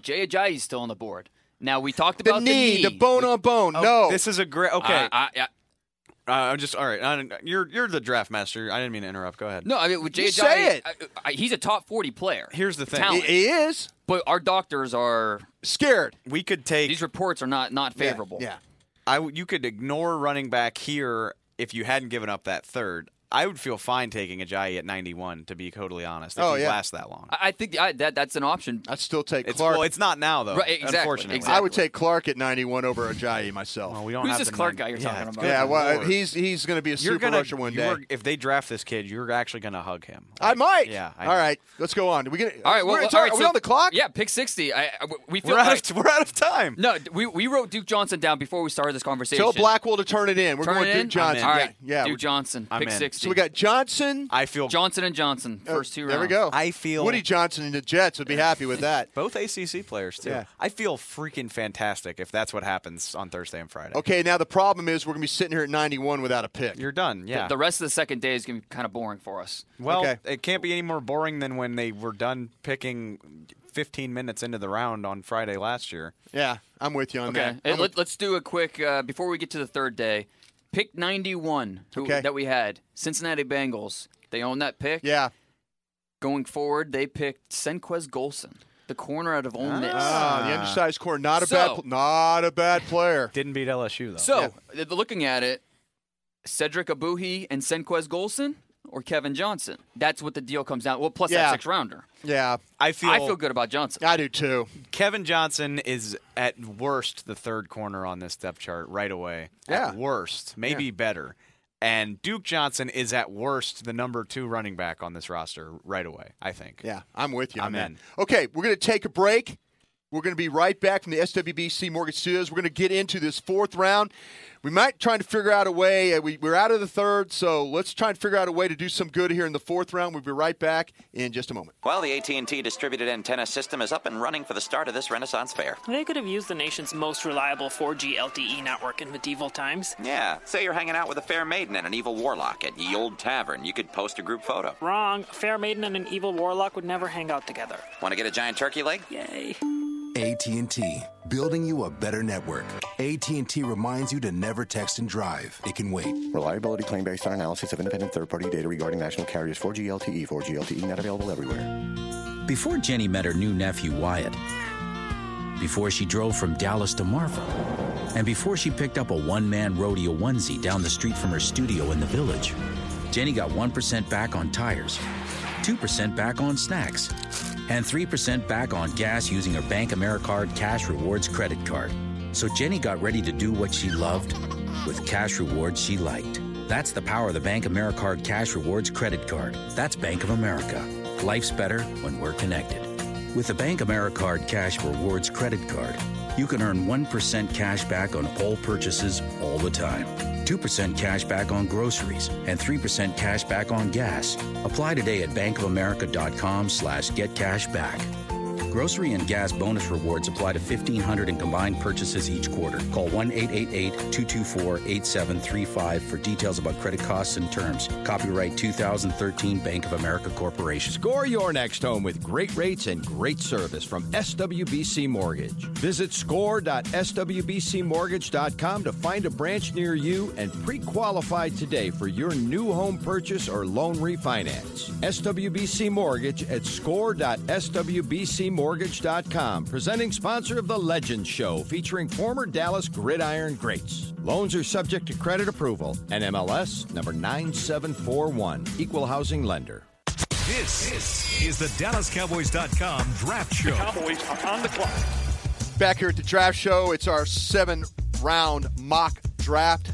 Speaker 6: Jay Ajayi's still on the board. Now we talked
Speaker 4: The
Speaker 6: about
Speaker 4: knee,
Speaker 6: the
Speaker 4: the bone on bone. no.
Speaker 5: Oh, This is a great. Okay.
Speaker 6: I- I- I-
Speaker 5: Uh, I'm just all right. I- you're you're the draft master. I didn't mean to interrupt. Go ahead.
Speaker 6: no, I mean with Jay
Speaker 4: You
Speaker 6: Ajayi,
Speaker 4: say it.
Speaker 6: I- I- he's a top forty player.
Speaker 5: Here's the thing.
Speaker 4: he,
Speaker 6: Talent.
Speaker 4: he is
Speaker 6: but our doctors are
Speaker 4: scared.
Speaker 5: We could take.
Speaker 6: these reports are not not
Speaker 4: Yeah,
Speaker 6: favorable.
Speaker 4: Yeah.
Speaker 5: I w- you could ignore running back here if you hadn't given up that third. I would feel fine taking Ajayi at 91. To be totally honest, if
Speaker 4: Oh,
Speaker 5: he
Speaker 4: yeah.
Speaker 5: lasts that long.
Speaker 6: I, I think I, that that's an option.
Speaker 4: I'd still take
Speaker 5: It's,
Speaker 4: Clark.
Speaker 5: well, it's not now though.
Speaker 6: Right, exactly,
Speaker 5: Unfortunately,
Speaker 6: exactly.
Speaker 4: I would take Clark at 91 over Ajayi myself.
Speaker 5: Well, we don't
Speaker 6: Who's
Speaker 5: have
Speaker 6: this
Speaker 5: the
Speaker 6: Clark
Speaker 5: nine-
Speaker 6: guy you're
Speaker 5: yeah,
Speaker 6: talking
Speaker 5: it's
Speaker 6: about?
Speaker 5: good
Speaker 4: yeah, well,
Speaker 5: lord.
Speaker 4: he's he's going to be a
Speaker 5: you're
Speaker 4: super
Speaker 5: gonna,
Speaker 4: rusher one
Speaker 5: you
Speaker 4: day.
Speaker 5: are- if they draft this kid, you're actually going to hug him.
Speaker 4: I might.
Speaker 5: Yeah. I
Speaker 4: all
Speaker 5: know.
Speaker 4: right. Let's go on. Do we get
Speaker 6: All right, well,
Speaker 4: we're,
Speaker 6: well,
Speaker 4: it's
Speaker 6: all
Speaker 4: all-
Speaker 6: right,
Speaker 4: are we
Speaker 6: so-
Speaker 4: on the clock?
Speaker 6: Yeah, pick sixty. I, I- we feel
Speaker 5: We're out,
Speaker 6: like-
Speaker 5: of, we're out of time.
Speaker 6: no. We, we wrote Duke Johnson down before we started this conversation.
Speaker 4: Tell Blackwell to turn it in. We're
Speaker 6: Turn
Speaker 4: going
Speaker 6: it
Speaker 4: Duke
Speaker 6: in?
Speaker 4: Johnson.
Speaker 5: in.
Speaker 6: All right,
Speaker 4: Yeah. yeah
Speaker 6: Duke
Speaker 4: we-
Speaker 6: Johnson,
Speaker 5: I'm
Speaker 6: pick
Speaker 5: in.
Speaker 6: sixty.
Speaker 4: so we got Johnson.
Speaker 5: I feel
Speaker 6: Johnson and Johnson,
Speaker 4: uh,
Speaker 6: first two rounds.
Speaker 4: There we go.
Speaker 5: I feel-
Speaker 4: Woody Johnson and the Jets would be happy with that.
Speaker 5: both ACC players too.
Speaker 4: Yeah.
Speaker 5: I feel freaking fantastic if that's what happens on Thursday and Friday.
Speaker 4: Okay, now the problem is we're going to be sitting here at 91 without a pick.
Speaker 5: You're done. Yeah.
Speaker 6: The rest of the second day is going to be kind of boring for us.
Speaker 5: well,
Speaker 4: Okay.
Speaker 5: it can't be any more boring than when they were done picking 15 minutes into the round on Friday last year.
Speaker 4: yeah, I'm with you on
Speaker 6: Okay,
Speaker 4: that. I'm with-
Speaker 6: let, us do a quick uh, before we get to the third day. Pick ninety-one who,
Speaker 4: Okay.
Speaker 6: that we had Cincinnati Bengals. They own that pick.
Speaker 4: yeah.
Speaker 6: Going forward, they picked Senquez Golson, the corner out of Ole Miss.
Speaker 4: Ah, the undersized core, not a bad,
Speaker 6: Uh, So-
Speaker 4: pl- not a bad player.
Speaker 5: Didn't beat LSU though.
Speaker 6: So, th- looking at it, Cedric Abuhi and Senquez Golson or Kevin Johnson. That's what the deal comes down. Well, plus that
Speaker 4: Yeah.
Speaker 6: six rounder.
Speaker 4: Yeah,
Speaker 5: I feel,
Speaker 6: I feel good about Johnson.
Speaker 4: I do too.
Speaker 5: Kevin Johnson is at worst the third corner on this depth chart right away.
Speaker 4: Yeah.
Speaker 5: At worst, maybe better. And Duke Johnson is at worst the number 2 running back on this roster right away, I think.
Speaker 4: Yeah, I'm with you. on
Speaker 5: I'm
Speaker 4: that.
Speaker 5: in.
Speaker 4: Okay, we're going to take a break. We're going to be right back from the SWBC Mortgage Studios. We're going to get into this fourth round. We might try to figure out a way. uh, We, we're out of the third, so let's try and figure out a way to do some good here in the fourth round. We'll be right back in just a moment.
Speaker 2: Well, the AT&T distributed antenna system is up and running for the start of this Renaissance fair.
Speaker 7: They could have used the nation's most reliable 4G LTE E network in medieval times.
Speaker 2: Yeah, say you're hanging out with a fair maiden and an evil warlock at Ye Old Tavern. You could post a group photo.
Speaker 7: Wrong. A fair maiden and an evil warlock would never hang out together.
Speaker 2: Want to get a giant turkey leg?
Speaker 7: Yay.
Speaker 8: AT&T, building you a better network. AT&T reminds you to never text and drive. It can wait.
Speaker 9: Reliability claim based on analysis of independent third-party data regarding national carriers 4G LTE, 4G LTE not available everywhere.
Speaker 10: Before Jenny met her new nephew Wyatt, before she drove from Dallas to Marfa, and before she picked up a one man rodeo onesie down the street from her studio in the village, Jenny got 1% back on tires, 2% back on snacks, and 3% back on gas using her Bank AmeriCard Cash Rewards credit card. So Jenny got ready to do what she loved with cash rewards she liked. That's the power of the Bank AmeriCard Cash Rewards credit card. That's Bank of America. Life's better when we're connected. With the Bank AmeriCard Cash Rewards credit card, you can earn 1% cash back on all purchases all the time. 2% cash back on groceries and 3% cash back on gas. Apply today at bankofamerica.com slash get cash back. Grocery and gas bonus rewards apply to 1500 in combined purchases each quarter. Call 1 888 224 8735 for details about credit costs and terms. Copyright 2013 Bank of America Corporation.
Speaker 11: Score your next home with great rates and great service from SWBC Mortgage. Visit score.swbcmortgage.com to find a branch near you and pre qualify today for your new home purchase or loan refinance. SWBC Mortgage at score.swbcmortgage.com, presenting sponsor of The Legend Show, featuring former Dallas Gridiron Greats. Loans are subject to credit approval. NMLS number 9741, Equal Housing Lender.
Speaker 1: This is the DallasCowboys.com draft show.
Speaker 3: Cowboys are on the clock.
Speaker 4: Back here at the draft show, it's our seven round mock draft.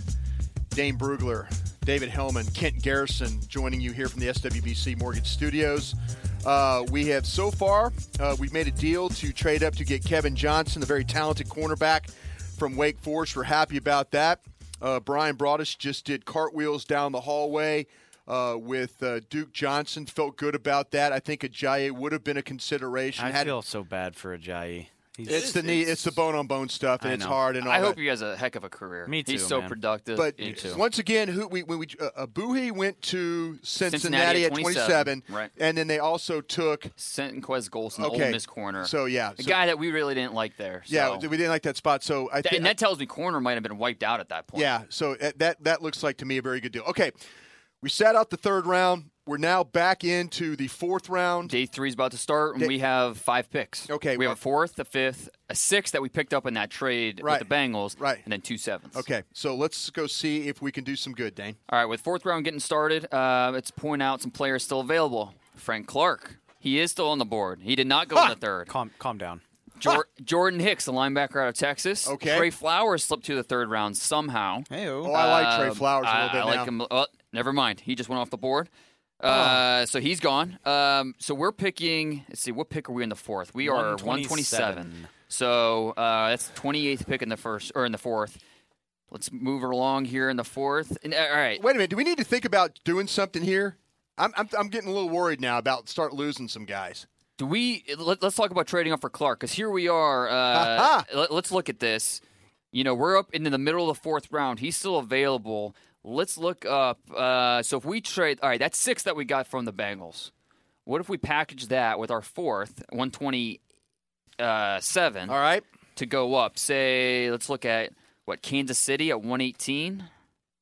Speaker 4: Dane Brugler, David Hellman, Kent Garrison joining you here from the SWBC Mortgage Studios. Uh, we have so far, uh, we've made a deal to trade up to get Kevin Johnson, the very talented cornerback from Wake Forest. We're happy about that. Uh, Brian Broadus just did cartwheels down the hallway uh, with uh, Duke Johnson. Felt good about that. I think Ajayi would have been a consideration.
Speaker 5: I
Speaker 4: had-
Speaker 5: feel so bad for Ajayi. He's,
Speaker 4: it's the knee, it's the bone on bone stuff, and
Speaker 5: I
Speaker 4: it's
Speaker 5: know.
Speaker 4: hard. And all
Speaker 6: I hope
Speaker 4: that.
Speaker 6: he has a heck of a career.
Speaker 5: Me too,
Speaker 6: He's so
Speaker 5: man.
Speaker 6: productive.
Speaker 4: But
Speaker 6: It-
Speaker 4: once again, who we when we uh, Abuhi went to Cincinnati,
Speaker 6: Cincinnati
Speaker 4: at
Speaker 6: at
Speaker 4: 27,
Speaker 6: 27, right.
Speaker 4: and then they also took
Speaker 6: Sentinquez Golson, the
Speaker 4: Okay.
Speaker 6: Ole Miss corner.
Speaker 4: So, yeah,
Speaker 6: the
Speaker 4: so-
Speaker 6: guy that we really didn't like there.
Speaker 4: yeah,
Speaker 6: so.
Speaker 4: we didn't like that spot. So I
Speaker 6: Th-
Speaker 4: think
Speaker 6: and that tells me corner might have been wiped out at that point.
Speaker 4: yeah, so uh, that that looks like to me a very good deal. Okay, we sat out the third round. We're now back into the fourth round.
Speaker 6: Day three is about to start, and
Speaker 4: Day-
Speaker 6: we have five picks.
Speaker 4: Okay,
Speaker 6: we
Speaker 4: well-
Speaker 6: have a fourth, a fifth, a sixth that we picked up in that trade
Speaker 4: Right,
Speaker 6: with the Bengals,
Speaker 4: right.
Speaker 6: and then two sevenths.
Speaker 4: Okay, so let's go see if we can do some good, Dane.
Speaker 6: All right, with fourth round getting started, uh, let's point out some players still available. Frank Clark, he is still on the board. He did not go in the third.
Speaker 5: calm, calm down.
Speaker 6: Jor- Jordan Hicks, the linebacker out of Texas.
Speaker 4: Okay.
Speaker 6: Trey Flowers slipped to the third round somehow.
Speaker 4: Oh, I like Trey
Speaker 6: Um,
Speaker 4: Flowers a
Speaker 6: I,
Speaker 4: little bit
Speaker 6: I like
Speaker 4: now.
Speaker 6: him. Well, never mind. He just went off the board.
Speaker 4: Ah.
Speaker 6: Uh, So he's gone. Um, so we're picking. Let's see. What pick are we in the fourth? We are
Speaker 5: 127.
Speaker 6: 127. So uh, that's 28th pick in the first or in the fourth. Let's move along here in the fourth. And, uh, all right.
Speaker 4: Wait a minute, do we need to think about doing something here? I'm I'm, I'm getting a little worried now about start losing some guys.
Speaker 6: Do we? Let, let's talk about trading up for Clark because here we are. Uh,
Speaker 5: Uh-huh.
Speaker 4: Ha-ha.
Speaker 6: let, us look at this. You know, we're up into the middle of the fourth round. He's still available. Let's look up. Uh, so if we trade, all right, that's six that we got from the Bengals. What if we package that with our fourth, one twenty-seven,
Speaker 4: All right,
Speaker 6: to go up? Say, let's look at what Kansas City at one eighteen.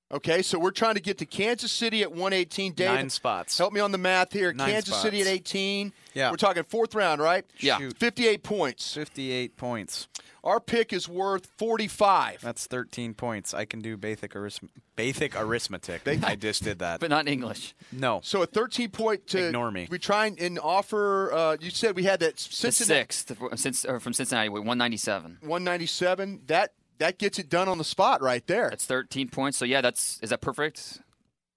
Speaker 4: okay, so we're trying to get to Kansas City at 118. Dave,
Speaker 5: Nine spots.
Speaker 4: Help me on the math here.
Speaker 5: Nine
Speaker 4: Kansas
Speaker 5: spots.
Speaker 4: City at 18.
Speaker 5: Yeah.
Speaker 4: We're talking fourth round, right?
Speaker 6: Yeah.
Speaker 5: Shoot.
Speaker 4: 58 points.
Speaker 5: 58 points.
Speaker 4: Our pick is worth 45.
Speaker 5: That's 13 points. I can do basic, arism- basic arithmetic. I just did that.
Speaker 6: but not English.
Speaker 5: no.
Speaker 4: so a 13 point to
Speaker 5: Ignore me.
Speaker 4: We try and, and offer. Uh, you said we had that
Speaker 6: The
Speaker 4: Cincinnati
Speaker 6: sixth since or from Cincinnati, one ninety-seven.
Speaker 4: 197. That that gets it done on the spot right there.
Speaker 6: That's thirteen points. So yeah, that's is that perfect?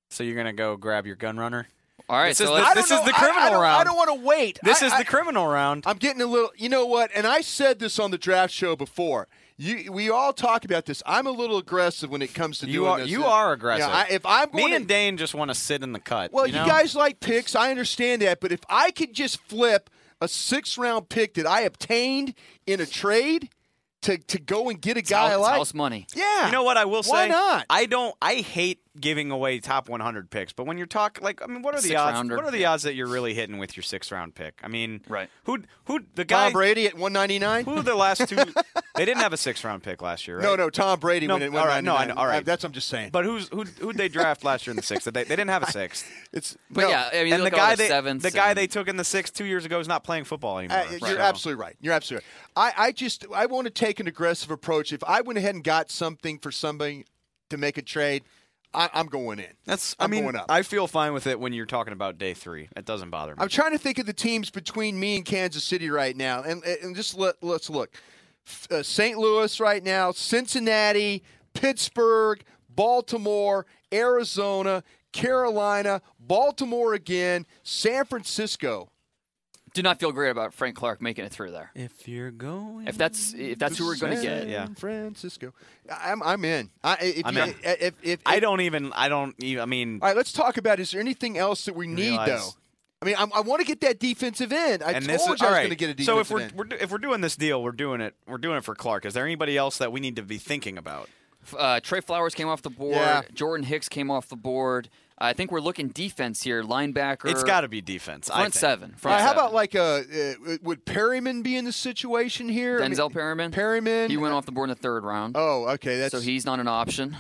Speaker 5: So you're going to go grab your gun runner?
Speaker 6: All right,
Speaker 5: This
Speaker 6: so
Speaker 5: is the-
Speaker 6: let's-
Speaker 4: I don't
Speaker 5: this is
Speaker 4: know-
Speaker 5: the
Speaker 4: I- I
Speaker 5: criminal
Speaker 4: don't- I
Speaker 5: round.
Speaker 4: don't want to wait.
Speaker 5: This
Speaker 4: I-
Speaker 5: is
Speaker 4: I-
Speaker 5: the criminal round.
Speaker 4: I'm getting a little. You know what? And I said this on the draft show before. You, we all talk about this. I'm a little aggressive when it comes to
Speaker 5: you
Speaker 4: doing
Speaker 5: are
Speaker 4: this.
Speaker 5: you
Speaker 4: Yeah,
Speaker 5: are aggressive.
Speaker 4: I, if I'm going
Speaker 5: me
Speaker 4: to-
Speaker 5: and Dane just want to sit in the cut.
Speaker 4: Well, you,
Speaker 5: you, know?
Speaker 4: guys like picks. I understand that. But if I could just flip a six round pick that I obtained in a trade to, to go and get a guy
Speaker 6: house,
Speaker 4: I
Speaker 6: it's
Speaker 4: like.
Speaker 6: house money.
Speaker 4: Yeah.
Speaker 5: You know what I will say?
Speaker 4: Why not?
Speaker 5: I don't. I hate giving away top 100 picks, but when you're talking, like, I mean, what are the
Speaker 6: Six
Speaker 5: odds?
Speaker 6: rounder.
Speaker 5: What are the odds that you're really hitting with your sixth round pick? I mean,
Speaker 6: Right.
Speaker 5: Who who the guy?
Speaker 4: Tom Brady at 199?
Speaker 5: Who the last two? they didn't have a six round pick last year, right?
Speaker 4: No, no, Tom Brady
Speaker 5: No,
Speaker 4: went at
Speaker 5: all right, no,
Speaker 4: 199.
Speaker 5: I know, all right.
Speaker 4: That's what I'm just saying.
Speaker 5: But who's who? Who'd they draft last year in the sixth? Did They, they didn't have a sixth.
Speaker 4: it's
Speaker 6: But
Speaker 4: no,
Speaker 6: yeah, I mean,
Speaker 5: and the
Speaker 6: look at
Speaker 5: guy
Speaker 6: all the
Speaker 5: they
Speaker 6: sevenths
Speaker 5: the guy
Speaker 6: and-
Speaker 5: they took in the sixth two years ago is not playing football anymore.
Speaker 4: Uh, You're
Speaker 5: So-
Speaker 4: absolutely right. You're absolutely right. I, I just I want to take an aggressive approach. If I went ahead and got something for somebody to make a trade, I, I'm going in.
Speaker 5: That's. I
Speaker 4: I'm
Speaker 5: mean,
Speaker 4: going up.
Speaker 5: I feel fine with it when you're talking about day three. That doesn't bother me.
Speaker 4: I'm trying to think of the teams between me and Kansas City right now, and and just let, let's look. F- Uh, St. Louis right now, Cincinnati, Pittsburgh, Baltimore, Arizona, Carolina, Baltimore again, San Francisco.
Speaker 6: Do not feel great about Frank Clark making it through there.
Speaker 5: if you're going,
Speaker 6: If that's if that's who we're going to get,
Speaker 4: San
Speaker 5: Yeah.
Speaker 4: Francisco. I- I'm I'm in. I, if
Speaker 5: I'm
Speaker 4: you-
Speaker 5: in.
Speaker 4: If, if, if,
Speaker 5: I don't even. I don't. Even, I mean,
Speaker 4: All right, let's talk about. Is there anything else that we need
Speaker 5: realize
Speaker 4: though? I mean, I'm, I want to get that defensive end. I
Speaker 5: and
Speaker 4: told
Speaker 5: this
Speaker 4: you
Speaker 5: is,
Speaker 4: I
Speaker 5: all
Speaker 4: was
Speaker 5: right.
Speaker 4: going to get a defensive
Speaker 5: so if we're,
Speaker 4: end.
Speaker 5: we're do- if we're doing this deal, we're doing it we're doing it for Clark. Is there anybody else that we need to be thinking about?
Speaker 6: Uh, Trey Flowers came off the board.
Speaker 5: Yeah.
Speaker 6: Jordan Hicks came off the board. I think we're looking defense here. Linebacker.
Speaker 5: It's got to be defense.
Speaker 6: Er, Front
Speaker 5: I think.
Speaker 6: seven.
Speaker 4: All
Speaker 6: Front
Speaker 4: right, how
Speaker 6: seven.
Speaker 4: about like uh uh, would Perryman be in the situation here? I mean,
Speaker 6: Denzel Perryman?
Speaker 4: Perryman.
Speaker 6: He went off the board in the third round.
Speaker 4: Oh, okay. That's
Speaker 6: so he's not an option.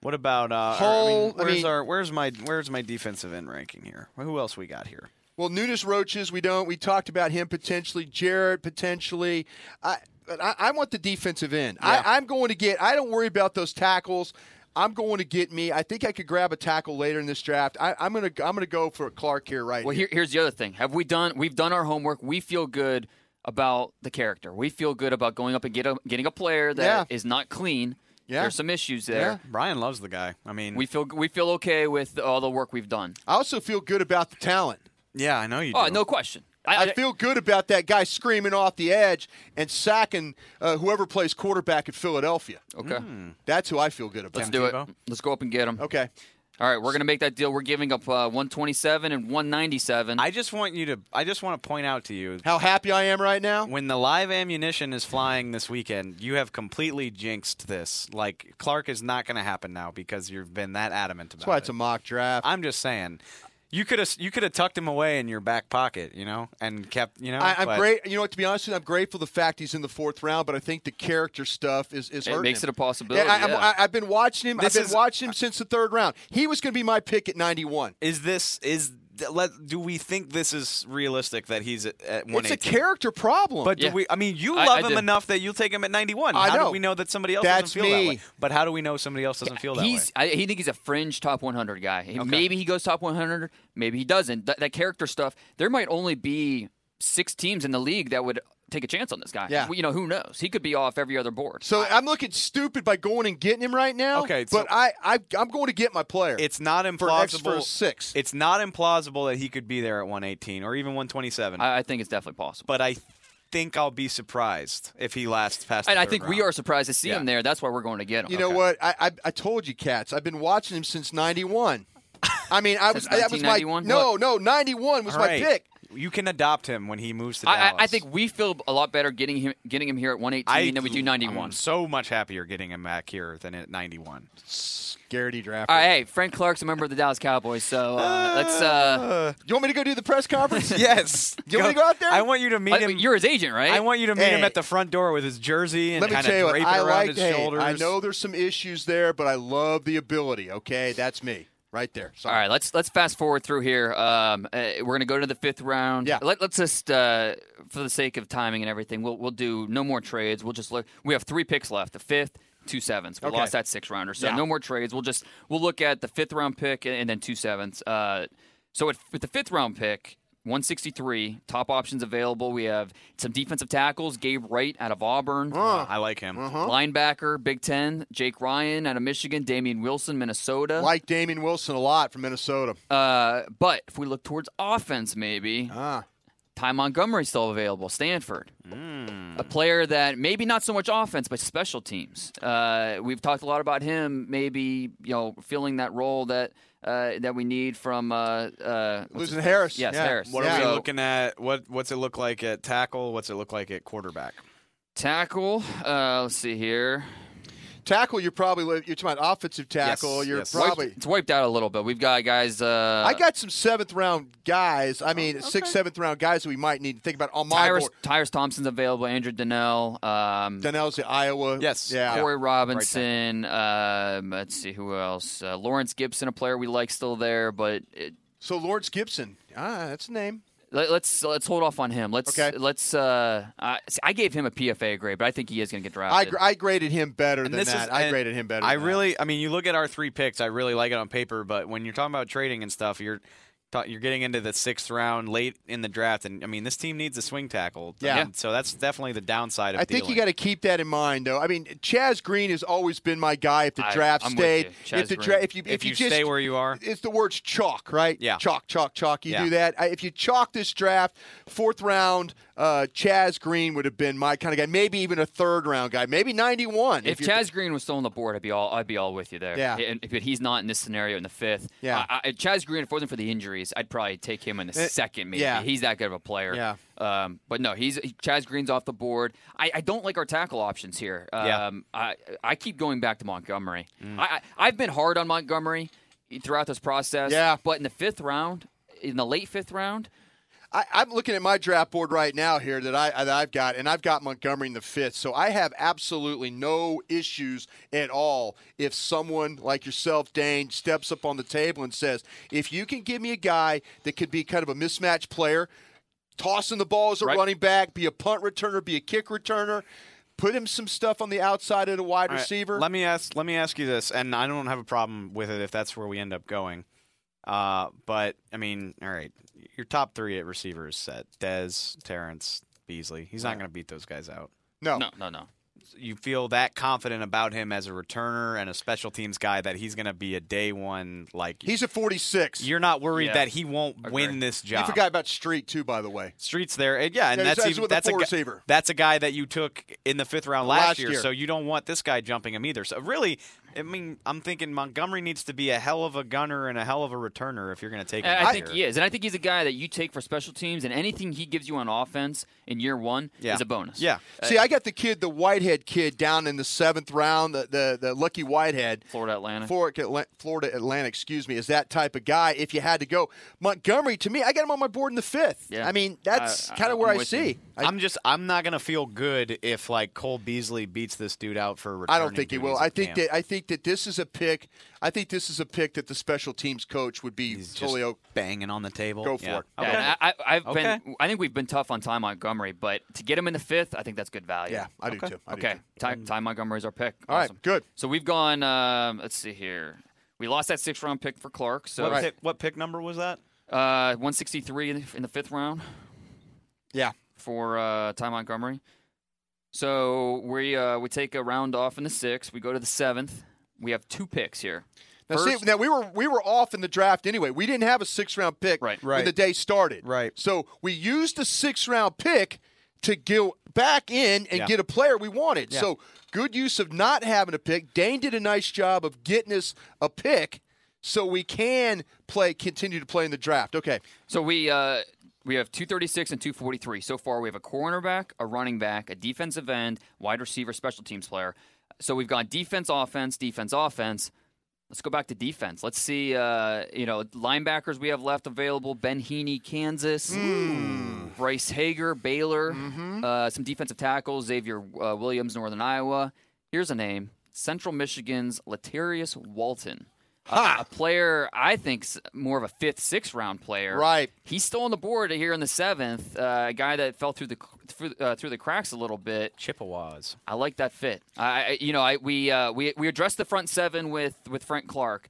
Speaker 5: What about uh, or,
Speaker 4: Hull, I
Speaker 5: I mean, where's
Speaker 4: mean-
Speaker 5: our where's my where's my defensive end ranking here? Who else we got here?
Speaker 4: Well, Nunes Roaches, we don't. We talked about him potentially. Jarrett potentially. I but I, I want the defensive end. I, I'm going to get. I don't worry about those tackles. I'm going to get me. I think I could grab a tackle later in this draft. I, I'm gonna. I'm gonna go for Clark here right.
Speaker 6: Well,
Speaker 4: here.
Speaker 6: here, here's the other thing. Have we done? We've done our homework. We feel good about the character. We feel good about going up and get a, getting a player that is
Speaker 5: Yeah.
Speaker 6: not clean.
Speaker 5: Yeah.
Speaker 6: There's some issues there.
Speaker 5: Brian loves the guy. I mean,
Speaker 6: We feel we feel okay with all the work we've done.
Speaker 4: I also feel good about the talent.
Speaker 5: yeah, I know you.
Speaker 6: Oh,
Speaker 5: do.
Speaker 6: no question. I,
Speaker 4: I, feel good about that guy screaming off the edge and sacking uh, whoever plays quarterback at Philadelphia.
Speaker 6: Okay.
Speaker 4: That's who I feel good about.
Speaker 6: Let's do it. Let's go up and get him.
Speaker 4: Okay.
Speaker 6: All right, we're gonna make that deal. We're giving up uh, 127 and 197.
Speaker 5: I just want you to. I just want to point out to you
Speaker 4: how happy I am right now.
Speaker 5: When the live ammunition is flying this weekend, you have completely jinxed this. Like Clark is not going to happen now because you've been that adamant about
Speaker 4: That's why
Speaker 5: it.
Speaker 4: it's a mock draft.
Speaker 5: I'm just saying, you could have you could have tucked him away in your back pocket, you know, and kept you know.
Speaker 4: I, I'm
Speaker 5: but-
Speaker 4: great. You know, what, to be honest, with you, I'm grateful the fact he's in the fourth round, but I think the character stuff is is
Speaker 6: It
Speaker 4: hurting
Speaker 6: makes
Speaker 4: him.
Speaker 6: it a possibility,
Speaker 4: I, I'm-
Speaker 6: yeah.
Speaker 4: I, have been watching him.
Speaker 5: This
Speaker 4: I've been
Speaker 5: is-
Speaker 4: watching him since the third round. He was going to be my pick at 91.
Speaker 5: Is this is th- let do we think this is realistic that he's at, at
Speaker 4: It's a
Speaker 5: 118?
Speaker 4: character problem.
Speaker 5: But do we? I mean, you
Speaker 4: I-
Speaker 5: love
Speaker 4: I
Speaker 5: him
Speaker 4: do.
Speaker 5: enough that you'll take him at 91.
Speaker 4: I
Speaker 5: how
Speaker 4: know.
Speaker 5: do we know that somebody else
Speaker 4: That's
Speaker 5: doesn't feel that
Speaker 4: me.
Speaker 5: way? But how do we know somebody else doesn't feel that way?
Speaker 6: He's. I, he think he's a fringe top 100 guy. He- Maybe he goes top 100. Maybe he doesn't. That, that character stuff. There might only be six teams in the league that would take a chance on this guy.
Speaker 4: Yeah.
Speaker 6: You know who knows? He could be off every other board.
Speaker 4: So I'm looking stupid by going and getting him right now.
Speaker 5: Okay, so-
Speaker 4: but I, I I'm going to get my player.
Speaker 5: It's not
Speaker 4: for X
Speaker 5: implausible.
Speaker 4: for six.
Speaker 5: It's not implausible that he could be there at 118 or even 127.
Speaker 6: I, I think it's definitely possible.
Speaker 5: but I think I'll be surprised if he lasts past.
Speaker 6: And
Speaker 5: the
Speaker 6: I
Speaker 5: third
Speaker 6: think we
Speaker 5: round.
Speaker 6: are surprised to see
Speaker 5: Yeah.
Speaker 6: him there. That's why we're going to get him.
Speaker 4: You know what? I, I I told you, cats. I've been watching him since '91. I mean, I was
Speaker 6: Since
Speaker 4: that was my
Speaker 6: 1991?
Speaker 4: no no '91 was
Speaker 5: All right.
Speaker 4: my pick.
Speaker 5: You can adopt him when he moves to
Speaker 6: I, I,
Speaker 5: Dallas.
Speaker 6: I think we feel a lot better getting him getting him here at 118 than we do 91.
Speaker 5: I'm so much happier getting him back here than at 91.
Speaker 4: Garrity draft.
Speaker 6: All right, hey, Frank Clark's a member of the Dallas Cowboys, so uh, let's. Uh,
Speaker 4: You want me to go do the press conference?
Speaker 5: yes.
Speaker 4: You want me to go out there?
Speaker 5: I want you to meet
Speaker 6: I-
Speaker 5: him.
Speaker 6: you're his agent, right?
Speaker 5: I want you to meet
Speaker 4: Hey.
Speaker 5: him at the front door with his jersey and
Speaker 4: Let me
Speaker 5: kind
Speaker 4: tell you
Speaker 5: of
Speaker 4: what
Speaker 5: drape
Speaker 4: I
Speaker 5: it around
Speaker 4: like.
Speaker 5: his
Speaker 4: hey,
Speaker 5: shoulders.
Speaker 4: I know there's some issues there, but I love the ability. Okay, that's me right there.
Speaker 6: All
Speaker 4: Sorry.
Speaker 6: right, let's let's fast forward through here. Um, uh, we're gonna go to the fifth round.
Speaker 4: Yeah.
Speaker 6: Let, let's just, uh, for the sake of timing and everything, we'll we'll do no more trades. We'll just look. We have three picks left: the fifth, two sevenths. We
Speaker 4: Okay.
Speaker 6: lost that six rounder, so
Speaker 4: Yeah.
Speaker 6: no more trades. We'll just we'll look at the fifth round pick and, and then two sevenths. Uh, so at, with the fifth round pick. 163 top options available. We have some defensive tackles. Gabe Wright out of Auburn.
Speaker 4: Uh-huh.
Speaker 5: Uh, I like him.
Speaker 6: Linebacker, Big Ten, Jake Ryan out of Michigan, Damian Wilson, Minnesota.
Speaker 4: Like Damien Wilson a lot from Minnesota.
Speaker 6: Uh, but if we look towards offense, maybe
Speaker 4: ah,
Speaker 6: Ty Montgomery's still available. Stanford,
Speaker 5: Hmm.
Speaker 6: a player that maybe not so much offense, but special teams. Uh, we've talked a lot about him. Maybe you know filling that role that uh, that we need from uh, uh, what's
Speaker 4: losing
Speaker 6: his-
Speaker 4: Harris.
Speaker 6: Yes,
Speaker 4: yeah.
Speaker 6: Harris.
Speaker 5: What
Speaker 4: yeah.
Speaker 5: are we
Speaker 6: So-
Speaker 5: looking at? What What's it look like at tackle? What's it look like at quarterback?
Speaker 6: Tackle. Uh, let's see here.
Speaker 4: Tackle. You're probably you're talking about offensive tackle.
Speaker 5: Yes,
Speaker 4: you're
Speaker 5: yes.
Speaker 4: probably.
Speaker 6: It's wiped out a little bit. We've got guys. Uh,
Speaker 4: I got some seventh round guys. I
Speaker 5: Oh,
Speaker 4: mean, sixth, seventh round guys that we might need to think about on my
Speaker 6: Tyrus,
Speaker 4: board.
Speaker 6: Tyrus Thompson's available. Andrew Donnell. Um,
Speaker 4: Donnell's at Iowa.
Speaker 5: Yes.
Speaker 4: Yeah.
Speaker 6: Corey Robinson. um, let's see who else. Uh, Lawrence Gibson, a player we like still there, but it,
Speaker 4: So Lawrence Gibson. Ah, that's a name.
Speaker 6: let, let's let's hold off on him. Let's
Speaker 4: Okay.
Speaker 6: let's. Uh, I, see, I gave him a PFA grade, but I think he is going to get
Speaker 4: I,
Speaker 6: drafted.
Speaker 4: gr- I graded him better
Speaker 5: And
Speaker 4: than
Speaker 5: this is
Speaker 4: that. I
Speaker 5: and
Speaker 4: graded him better.
Speaker 5: I
Speaker 4: than that.
Speaker 5: really, I mean, you look at our three picks. I really like it on paper, but when you're talking about trading and stuff, you're ta- you're getting into the sixth round, late in the draft, and I mean, this team needs a swing tackle.
Speaker 4: Yeah.
Speaker 5: And so that's definitely the downside of.
Speaker 4: I think you
Speaker 5: dealing.
Speaker 4: got to keep that in mind, though. I mean, Chaz Green has always been my guy. If the
Speaker 6: I-
Speaker 4: draft
Speaker 6: I'm with
Speaker 4: stayed,
Speaker 6: you. Chaz
Speaker 4: if the
Speaker 6: Green.
Speaker 4: if you if,
Speaker 5: If you
Speaker 4: just,
Speaker 5: stay where you are.
Speaker 4: it's the words chalk, right?
Speaker 5: Yeah.
Speaker 4: chalk, chalk, chalk. You
Speaker 5: Yeah.
Speaker 4: do that. I, if you chalk this draft, fourth round, uh, Chaz Green would have been my kind of guy. Maybe even a third round guy. Maybe ninety one.
Speaker 6: if Chaz Green was still on the board, I'd be all I'd be all with you there.
Speaker 4: Yeah.
Speaker 6: And, but he's not in this scenario in the fifth.
Speaker 4: Yeah.
Speaker 6: I, I, Chaz Green, if it wasn't for the injury, 30s, I'd probably take him in the
Speaker 5: Eh,
Speaker 6: second. Maybe
Speaker 5: yeah.
Speaker 6: he's that good of a player.
Speaker 5: Yeah.
Speaker 6: Um, but no, he's he- Chaz Green's off the board. I, I don't like our tackle options here.
Speaker 5: Yeah. Mm.
Speaker 6: Um, I I keep going back to Montgomery. I, I I've been hard on Montgomery throughout this process.
Speaker 4: Yeah.
Speaker 6: But in the fifth round, in the late fifth round,
Speaker 4: I, I'm looking at my draft board right now here that I that I've got, and I've got Montgomery in the fifth. So I have absolutely no issues at all if someone like yourself, Dane, steps up on the table and says, "If you can give me a guy that could be kind of a mismatch player, tossing the ball as a running back, be a punt returner, be a kick returner, put him some stuff on the outside at a wide
Speaker 5: All right,
Speaker 4: receiver."
Speaker 5: Let me ask. Let me ask you this, and I don't have a problem with it if that's where we end up going. Uh, but I mean, all right, your top three at receiver is set: Dez, Terrence, Beasley. He's not going to beat those guys out.
Speaker 4: no,
Speaker 6: no, no, no.
Speaker 5: You feel that confident about him as a returner and a special teams guy that he's going to be a day one like.
Speaker 4: he's at 46.
Speaker 5: you're not worried
Speaker 6: Yeah.
Speaker 5: that he won't win this
Speaker 4: you
Speaker 5: job.
Speaker 4: forgot about Street too, by the way.
Speaker 5: Streets there, and yeah, and
Speaker 4: Yeah, he's-
Speaker 5: that's
Speaker 4: he's
Speaker 5: even,
Speaker 4: with the
Speaker 5: that's a
Speaker 4: full
Speaker 5: gu-
Speaker 4: receiver.
Speaker 5: that's a guy that you took in the fifth round last,
Speaker 4: Last
Speaker 5: year,
Speaker 4: year.
Speaker 5: So you don't want this guy jumping him either. So really, I mean, I'm thinking Montgomery needs to be a hell of a gunner and a hell of a returner if you're going to take him.
Speaker 6: I, I
Speaker 5: this
Speaker 6: think
Speaker 5: year.
Speaker 6: he is, and I think he's a guy that you take for special teams, and anything he gives you on offense in year one
Speaker 5: Yeah.
Speaker 6: is a bonus.
Speaker 5: Yeah,
Speaker 4: See, I got the kid, the Whitehead kid, down in the seventh round, the the, the lucky Whitehead.
Speaker 6: Florida Atlanta.
Speaker 4: Florida Atla- Florida Atlantic, excuse me, is that type of guy. If you had to go Montgomery, to me, I got him on my board in the fifth.
Speaker 6: Yeah.
Speaker 4: I mean, that's
Speaker 6: I- I-
Speaker 4: kind of where
Speaker 6: I'm
Speaker 4: I
Speaker 6: with
Speaker 4: see.
Speaker 6: you.
Speaker 4: I,
Speaker 5: I'm just I'm not going to feel good if like Cole Beasley beats this dude out for.
Speaker 4: I
Speaker 5: Returning
Speaker 4: don't think he
Speaker 5: duties
Speaker 4: will.
Speaker 5: in
Speaker 4: I think
Speaker 5: camp.
Speaker 4: that I think that this is a pick. I think this is a pick that the special teams coach would be
Speaker 5: he's just
Speaker 4: totally o-
Speaker 5: banging on the table.
Speaker 4: Go for
Speaker 5: Yeah.
Speaker 4: it.
Speaker 5: Okay.
Speaker 6: Yeah, and I, I've
Speaker 5: Okay.
Speaker 6: been. I think we've been tough on Ty Montgomery, but to get him in the fifth, I think that's good value.
Speaker 4: Yeah, I do too. I do
Speaker 6: okay,
Speaker 4: too.
Speaker 6: Ty, Ty Montgomery's our pick.
Speaker 4: All right,
Speaker 6: Awesome.
Speaker 4: good.
Speaker 6: So we've gone. Um, let's see here. We lost that sixth round pick for Clark. So
Speaker 5: what, pick, what pick number was that?
Speaker 6: uh, 163 in the, in the fifth round
Speaker 4: Yeah.
Speaker 6: for uh, Ty Montgomery. So we uh, we take a round off in the sixth. We go to the seventh. We have two picks here.
Speaker 4: Now, see, now we were we were off in the draft anyway. We didn't have a six round pick
Speaker 6: Right.
Speaker 4: when
Speaker 5: Right.
Speaker 4: the day started.
Speaker 5: Right.
Speaker 4: So we used the six round pick to go back in and
Speaker 5: Yeah.
Speaker 4: get a player we wanted.
Speaker 5: Yeah.
Speaker 4: So good use of not having a pick. Dane did a nice job of getting us a pick so we can play continue to play in the draft. Okay.
Speaker 6: So we uh, we have 236 and 243. So far, we have a cornerback, a running back, a defensive end, wide receiver, special teams player. So we've gone defense, offense, defense, offense. Let's go back to defense. Let's see, uh, you know, linebackers we have left available: Ben Heaney, Kansas; Bryce Hager, Baylor; uh, some defensive tackles: Xavier uh, Williams, Northern Iowa. Here's a name: Central Michigan's Latarius Walton, a, a player I think's more of a fifth, sixth round player.
Speaker 4: Right.
Speaker 6: He's still on the board here in the seventh. Uh, a guy that fell through the through, uh, through the cracks a little bit.
Speaker 5: Chippewas.
Speaker 6: I like that fit. I, I- you know, I we uh, we we addressed the front seven with with Frank Clark.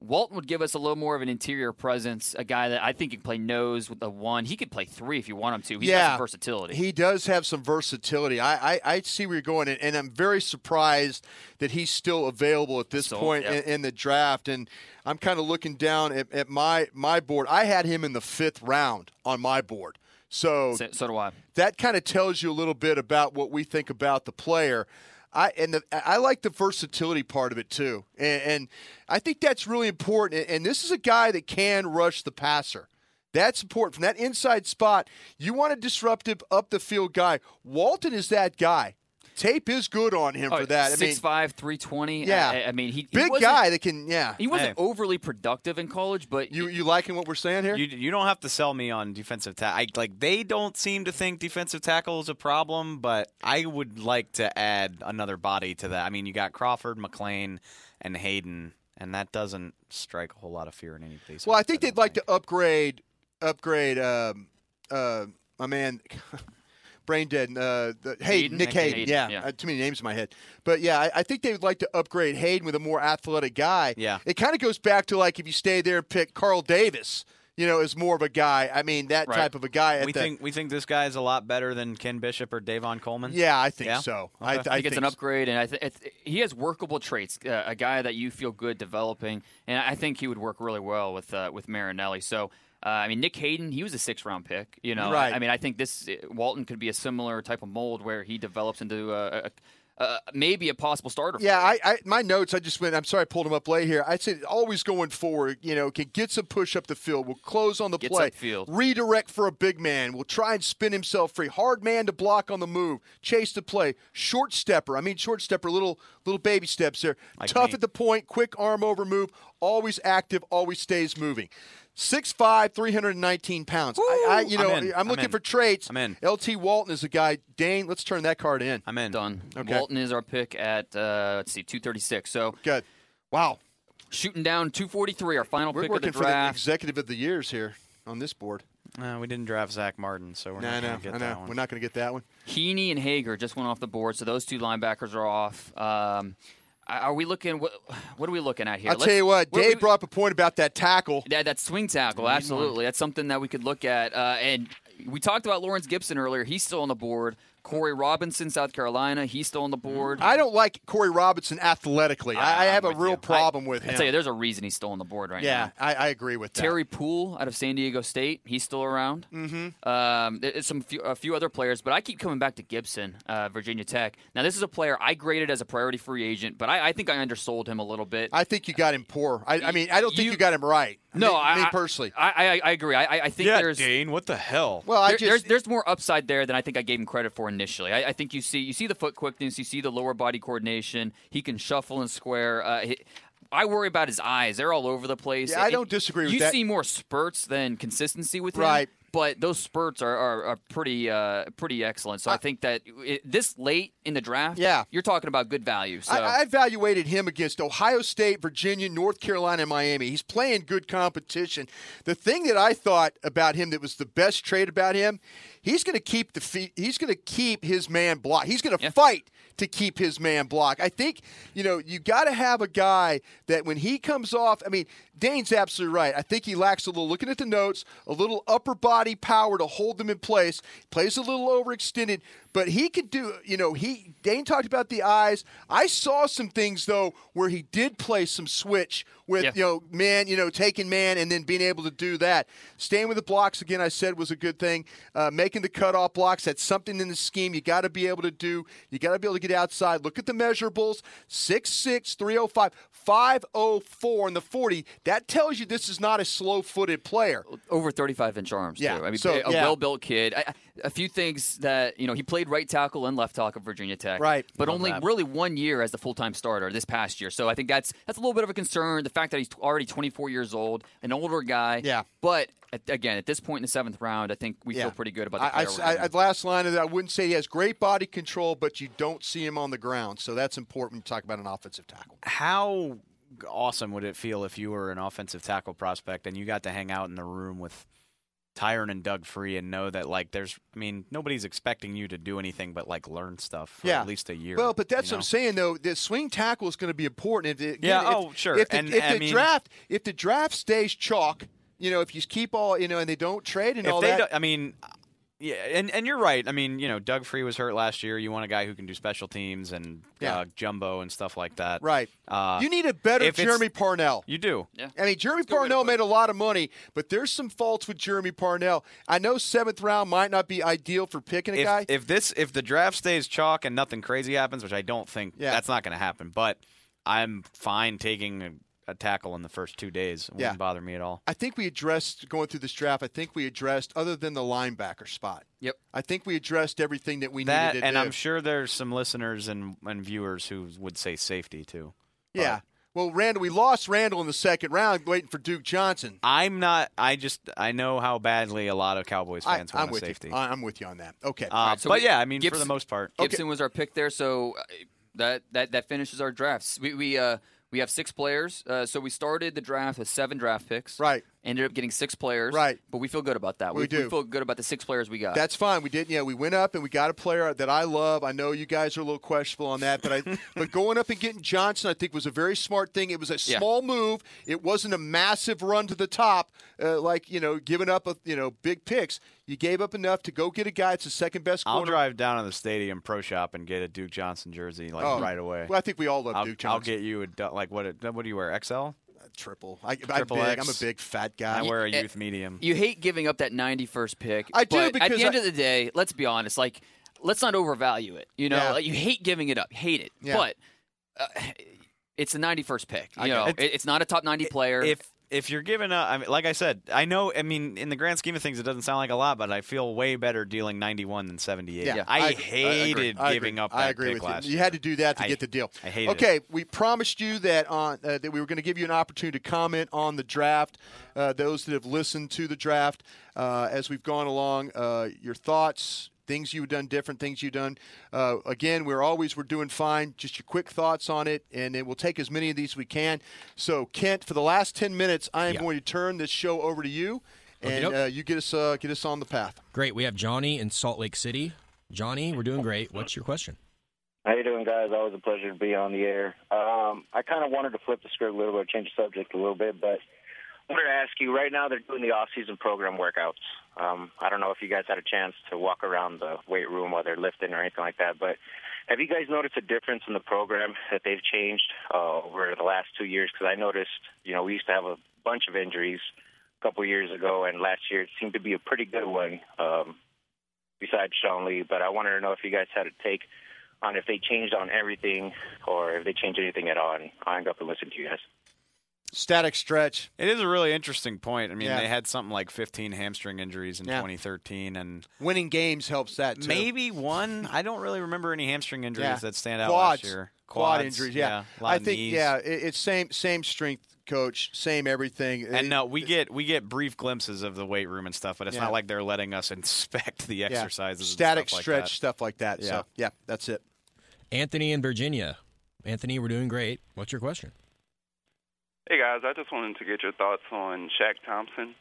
Speaker 6: Walton would give us a little more of an interior presence, a guy that I think can play nose with the one. He could play three if you want him to. He's got some versatility.
Speaker 4: He does have some versatility. I, I, I see where you're going, and, and I'm very surprised that he's still available at this
Speaker 6: Still,
Speaker 4: point
Speaker 6: yeah.
Speaker 4: in, in the draft. And I'm kind of looking down at, at my my board. I had him in the fifth round on my board, so
Speaker 6: so, so do I.
Speaker 4: that kind of tells you a little bit about what we think about the player. I and the, I like the versatility part of it too, and, and I think that's really important. And, and this is a guy that can rush the passer. That's important from that inside spot. You want a disruptive up the field guy. Walton is that guy. Tape is good on him for that. I mean,
Speaker 6: Oh, Six five, three twenty.
Speaker 4: Yeah.
Speaker 6: I, I mean, he he
Speaker 4: big
Speaker 6: wasn't-
Speaker 4: guy that can. Yeah,
Speaker 6: He wasn't overly productive in college, but
Speaker 4: you you liking what we're saying here?
Speaker 5: You, you don't have to sell me on defensive tackle. Like they don't seem to think defensive tackle is a problem, but I would like to add another body to that. I mean, you got Crawford, McLean, and Hayden, and that doesn't strike a whole lot of fear in anybody's.
Speaker 4: Well, I
Speaker 5: hearts,
Speaker 4: think
Speaker 5: don't
Speaker 4: they'd like to upgrade, upgrade. Um, uh, my man, brain dead. Uh, the, Hayden,
Speaker 6: Hayden?
Speaker 4: Nick
Speaker 6: Nick
Speaker 4: Hayden.
Speaker 6: Hayden,
Speaker 4: Yeah,
Speaker 6: yeah.
Speaker 4: Uh, too many names in my head. But yeah, I, I think they would like to upgrade Hayden with a more athletic guy.
Speaker 5: Yeah.
Speaker 4: it kind of goes back to like if you stay there and pick Carl Davis. You know, as more of a guy. I mean, that
Speaker 6: Right.
Speaker 4: type of a guy. At
Speaker 5: We
Speaker 4: the,
Speaker 5: think we think this guy is a lot better than Ken Bishop or Davon Coleman.
Speaker 4: Yeah, I think
Speaker 5: Yeah?
Speaker 4: so. I, I
Speaker 6: I think it's an
Speaker 4: so.
Speaker 6: upgrade, and I th- it's, he has workable traits. Uh, a guy that you feel good developing, and I think he would work really well with uh, with Marinelli. So, uh, I mean, Nick Hayden, he was a six round pick. You know,
Speaker 4: Right.
Speaker 6: uh, I mean, I think this Walton could be a similar type of mold where he develops into a, a, uh, maybe a possible starter.
Speaker 4: Yeah, I, I my notes. I just went. I'm sorry, I pulled them up late here. I said always going forward. You know, can get some push up the field. Will close on the
Speaker 6: Gets
Speaker 4: play.
Speaker 6: upfield.
Speaker 4: Redirect for a big man. Will try and spin himself free. Hard man to block on the move. Chase the play. Short stepper. I mean, short stepper. Little little baby steps there. Tough
Speaker 5: me.
Speaker 4: at the point. Quick arm over move. Always active. Always stays moving. 6'5", 319 pounds. I, I, you
Speaker 5: I'm
Speaker 4: know,
Speaker 5: in.
Speaker 4: I'm
Speaker 5: I'm
Speaker 4: looking
Speaker 5: in.
Speaker 4: for traits.
Speaker 5: I'm in.
Speaker 4: LT Walton is a guy. Dane, let's turn that card in.
Speaker 5: I'm in.
Speaker 6: Done.
Speaker 4: Okay.
Speaker 6: Walton is our pick at uh, let's see, 236. So
Speaker 4: Good. Wow.
Speaker 6: shooting down 243, our final
Speaker 4: We're
Speaker 6: pick of the
Speaker 4: working for the
Speaker 6: draft.
Speaker 4: executive of the years here on this board.
Speaker 5: Uh, we didn't draft Zach Martin, so we're
Speaker 4: I
Speaker 5: not
Speaker 4: know,
Speaker 5: going to get
Speaker 4: I
Speaker 5: that
Speaker 4: know.
Speaker 5: one.
Speaker 4: We're not going to get that one.
Speaker 6: Heaney and Hager just went off the board, so those two linebackers are off. Um, I- are we looking? What, what are we looking at here?
Speaker 4: I'll tell you what,
Speaker 6: Dave.
Speaker 4: Dave brought up a point about that tackle.
Speaker 6: That, that swing tackle, absolutely. That's something that we could look at. Uh, and we talked about Lawrence Gibson earlier. He's still on the board. Corey Robinson, South Carolina, he's still on the board.
Speaker 4: I don't like Corey Robinson athletically. I, I
Speaker 6: Ah, I'm
Speaker 4: have a
Speaker 6: with
Speaker 4: real
Speaker 6: you.
Speaker 4: problem
Speaker 6: I-
Speaker 4: with him.
Speaker 6: I tell you, there's a reason he's still on the board right
Speaker 4: yeah,
Speaker 6: now.
Speaker 4: I, I agree with that.
Speaker 6: Terry Poole out of San Diego State, he's still around. Mm-hmm. Um, there- there's some few, a few other players, but I keep coming back to Gibson, uh, Virginia Tech. Now, this is a player I graded as a priority free agent, but I, I think I undersold him a little bit.
Speaker 4: I think you got him poor. I, I mean, I don't think
Speaker 6: You-
Speaker 4: you got him right.
Speaker 6: no,
Speaker 4: me,
Speaker 6: I,
Speaker 4: me
Speaker 6: I-
Speaker 4: personally.
Speaker 6: I, I, I agree. I, I- I think
Speaker 5: yeah,
Speaker 6: there's
Speaker 5: Dane, what the hell?
Speaker 4: well, I
Speaker 6: There-
Speaker 4: just
Speaker 6: there's there's more upside there than I think I gave him credit for initially. I, I think you see you see the foot quickness, you see the lower body coordination. He can shuffle and square. Uh, he- I worry about his eyes; they're all over the place.
Speaker 4: Yeah, I don't disagree with
Speaker 6: you
Speaker 4: that.
Speaker 6: see more spurts than consistency with him,
Speaker 4: Right.
Speaker 6: But those spurts are, are, are pretty uh, pretty excellent. So I, think that it, this late in the draft,
Speaker 4: Yeah.
Speaker 6: you're talking about good value. So
Speaker 4: I, I evaluated him against Ohio State, Virginia, North Carolina, and Miami. He's playing good competition. The thing that I thought about him that was the best trait about him, he's going to keep the feet. He's going to keep his man block. He's going to
Speaker 6: Yeah.
Speaker 4: fight to keep his man block. I think you know you got to have a guy that when he comes off. I mean, Dane's absolutely right. I think he lacks a little. Looking at the notes, a little upper body power to hold them in place. Plays a little overextended, but he could do. You know, he Dane talked about the eyes. I saw some things though where he did play some switch with
Speaker 6: Yeah.
Speaker 4: you know man, you know taking man and then being able to do that. Staying with the blocks again, I said was a good thing. Uh, making the cutoff blocks, that's something in the scheme you got to be able to do. You got to be able to get outside. Look at the measurables: 6'6", 305, 504 in the forty. That tells you this is not a slow-footed player.
Speaker 6: over 35 inch arms
Speaker 4: Yeah,
Speaker 6: too. I mean,
Speaker 4: so,
Speaker 6: a
Speaker 4: yeah.
Speaker 6: well built kid. I, I- a few things that you know he played right tackle and left tackle at Virginia Tech,
Speaker 4: Right.
Speaker 6: But only really one year as the full time starter this past year. So I think that's that's a little bit of a concern. The fact that he's already 24 years old, an older guy.
Speaker 4: Yeah.
Speaker 6: But at, again, at this point in the seventh round, I think we
Speaker 4: Yeah.
Speaker 6: feel pretty good about the
Speaker 4: I,
Speaker 6: player.
Speaker 4: I,
Speaker 6: we're
Speaker 4: I-
Speaker 6: getting.
Speaker 4: I'd last line of that, I wouldn't say he has great body control, but you don't see him on the ground, so that's important when you talk about an offensive tackle.
Speaker 5: how awesome would it feel if you were an offensive tackle prospect and you got to hang out in the room with Tyron and Doug Free and know that like there's I mean nobody's expecting you to do anything but like learn stuff for
Speaker 4: Yeah.
Speaker 5: at least a year.
Speaker 4: Well, but that's
Speaker 5: you know?
Speaker 4: what I'm saying though. The swing tackle is going to be important. If the,
Speaker 5: Yeah,
Speaker 4: again, If,
Speaker 5: oh, sure.
Speaker 4: If the,
Speaker 5: And,
Speaker 4: if
Speaker 5: I
Speaker 4: the
Speaker 5: mean-
Speaker 4: draft, if the draft stays chalk, you know, if you keep all, you know, and they don't trade and
Speaker 5: If
Speaker 4: all
Speaker 5: they
Speaker 4: that.
Speaker 5: don't, I mean yeah, and, and you're right. I mean, you know, Doug Free was hurt last year. You want a guy who can do special teams and
Speaker 4: Yeah.
Speaker 5: uh, jumbo and stuff like that.
Speaker 4: Right.
Speaker 5: Uh,
Speaker 4: you need a better
Speaker 5: if it's-
Speaker 4: Jeremy Parnell.
Speaker 5: You do.
Speaker 4: I mean, Jeremy
Speaker 6: way to
Speaker 4: Parnell
Speaker 6: put
Speaker 4: made a lot of money, but there's some faults with Jeremy Parnell. I know seventh round might not be ideal for picking a
Speaker 5: if,
Speaker 4: guy.
Speaker 5: if this if the draft stays chalk and nothing crazy happens, which I don't think
Speaker 4: Yeah.
Speaker 5: that's not going to happen, but I'm fine taking a, a tackle in the first two days. It wouldn't
Speaker 4: Yeah.
Speaker 5: bother me at all.
Speaker 4: I think we addressed going through this draft. I think we addressed other than the linebacker spot.
Speaker 6: Yep.
Speaker 4: I think we addressed everything that we
Speaker 5: That
Speaker 4: needed to
Speaker 5: and
Speaker 4: do.
Speaker 5: I'm sure there's some listeners and, and viewers who would say safety too.
Speaker 4: yeah. Well, Randall, we lost Randall in the second round, waiting for Duke Johnson.
Speaker 5: I'm not. I just I know how badly a lot of Cowboys fans
Speaker 4: I, am
Speaker 5: want a
Speaker 4: with
Speaker 5: safety.
Speaker 4: you. Uh, I, am with you on that. Okay.
Speaker 5: Uh,
Speaker 6: right, so
Speaker 5: but
Speaker 6: we-
Speaker 5: yeah, I mean for
Speaker 6: Gibson-
Speaker 5: the most part,
Speaker 4: Oh,
Speaker 6: Gibson was our pick there, so uh, that that that finishes our drafts. We we uh, we have six players, uh, so we started the draft with seven draft picks.
Speaker 4: Right.
Speaker 6: Ended up getting six players.
Speaker 4: Right.
Speaker 6: But we feel good about that.
Speaker 4: We do.
Speaker 6: feel good about the six players we got.
Speaker 4: That's fine. We did. Yeah, we went up and we got a player that I love. I know you guys are a little questionable on that, but I but going up and getting Johnson, I think was a very smart thing. It was a
Speaker 6: Yeah.
Speaker 4: small move. It wasn't a massive run to the top, uh, like you know, giving up a, you know big picks. You gave up enough to go get a guy. It's the second best.
Speaker 5: I'll
Speaker 4: corner.
Speaker 5: drive down to the stadium pro shop and get a Duke Johnson jersey like
Speaker 4: Oh.
Speaker 5: right away.
Speaker 4: Well, I think we all love
Speaker 5: I'll,
Speaker 4: Duke
Speaker 5: I'll
Speaker 4: Johnson.
Speaker 5: get you a du- like what? a- What do you wear? XL?
Speaker 4: triple. I,
Speaker 5: Triple
Speaker 4: I'm big.
Speaker 5: X.
Speaker 4: I'm a big fat guy.
Speaker 5: I wear a
Speaker 6: eh,
Speaker 5: youth medium.
Speaker 6: you hate giving up that 91st pick.
Speaker 4: I do
Speaker 6: but at
Speaker 4: because
Speaker 6: the end
Speaker 4: I-
Speaker 6: of the day, let's be honest. Like let's not overvalue it. You know,
Speaker 5: Yeah.
Speaker 6: Like, you hate giving it up, hate it,
Speaker 5: Yeah.
Speaker 6: but uh, it's the 91st pick. You
Speaker 5: I get
Speaker 6: know,
Speaker 5: it.
Speaker 6: it- it's not a top 90 player.
Speaker 5: if if you're giving up, I mean, like I said, I know. I mean, in the grand scheme of things, it doesn't sound like a lot, but I feel way better dealing 91 than 78. I, hated
Speaker 4: I agree.
Speaker 5: giving up. That
Speaker 4: I agree with
Speaker 5: pick last
Speaker 4: you. You
Speaker 5: year.
Speaker 4: had to do that to
Speaker 5: I-
Speaker 4: get the deal.
Speaker 5: I hated it.
Speaker 4: Okay, we promised you that on uh, that we were going to give you an opportunity to comment on the draft. Uh, those that have listened to the draft uh, as we've gone along, uh, your thoughts. Things you've done different, things you've done. Uh, again, we're always we're doing fine. Just your quick thoughts on it, and then we'll take as many of these as we can. So, Kent, for the last ten minutes, I am going to turn this show over to you, and
Speaker 12: Okey-doke.
Speaker 4: uh, you get us uh, get us on the path.
Speaker 12: Great. We have Johnny in Salt Lake City. Johnny, we're doing great. What's your question?
Speaker 13: How you doing, guys? Always a pleasure to be on the air. Um, I kind of wanted to flip the script a little bit, change the subject a little bit, but I wanted to ask you. Right now, they're doing the off-season program workouts. Um, I don't know if you guys had a chance to walk around the weight room while they're lifting or anything like that, but have you guys noticed a difference in the program that they've changed uh, over the last two years? Because I noticed, you know, we used to have a bunch of injuries a couple years ago, and last year it seemed to be a pretty good one. Um, besides Sean Lee, but I wanted to know if you guys had a take on if they changed on everything or if they changed anything at all. And I hung up and listened to you guys.
Speaker 4: Static stretch.
Speaker 5: It is a really interesting point. I mean,
Speaker 4: Yeah.
Speaker 5: they had something like 15 hamstring injuries in
Speaker 4: Yeah.
Speaker 5: 2013, and
Speaker 4: Winning games helps that too.
Speaker 5: maybe one. I don't really remember any hamstring injuries
Speaker 4: Yeah.
Speaker 5: that stand out
Speaker 4: Quads.
Speaker 5: last year.
Speaker 4: Quad
Speaker 5: Quads,
Speaker 4: injuries, yeah.
Speaker 5: a lot
Speaker 4: I
Speaker 5: of
Speaker 4: think,
Speaker 5: knees.
Speaker 4: yeah, it, it's same same strength coach, same everything.
Speaker 5: And no, we get we get brief glimpses of the weight room and stuff, but it's
Speaker 4: Yeah.
Speaker 5: not like they're letting us inspect the
Speaker 4: Yeah.
Speaker 5: exercises.
Speaker 4: static
Speaker 5: and stuff
Speaker 4: stretch
Speaker 5: like that.
Speaker 4: stuff like that.
Speaker 5: Yeah.
Speaker 4: So yeah, that's it.
Speaker 12: Anthony in Virginia. Anthony, we're doing great. What's your question?
Speaker 14: Hey guys, I just wanted to get your thoughts on Shaq Thompson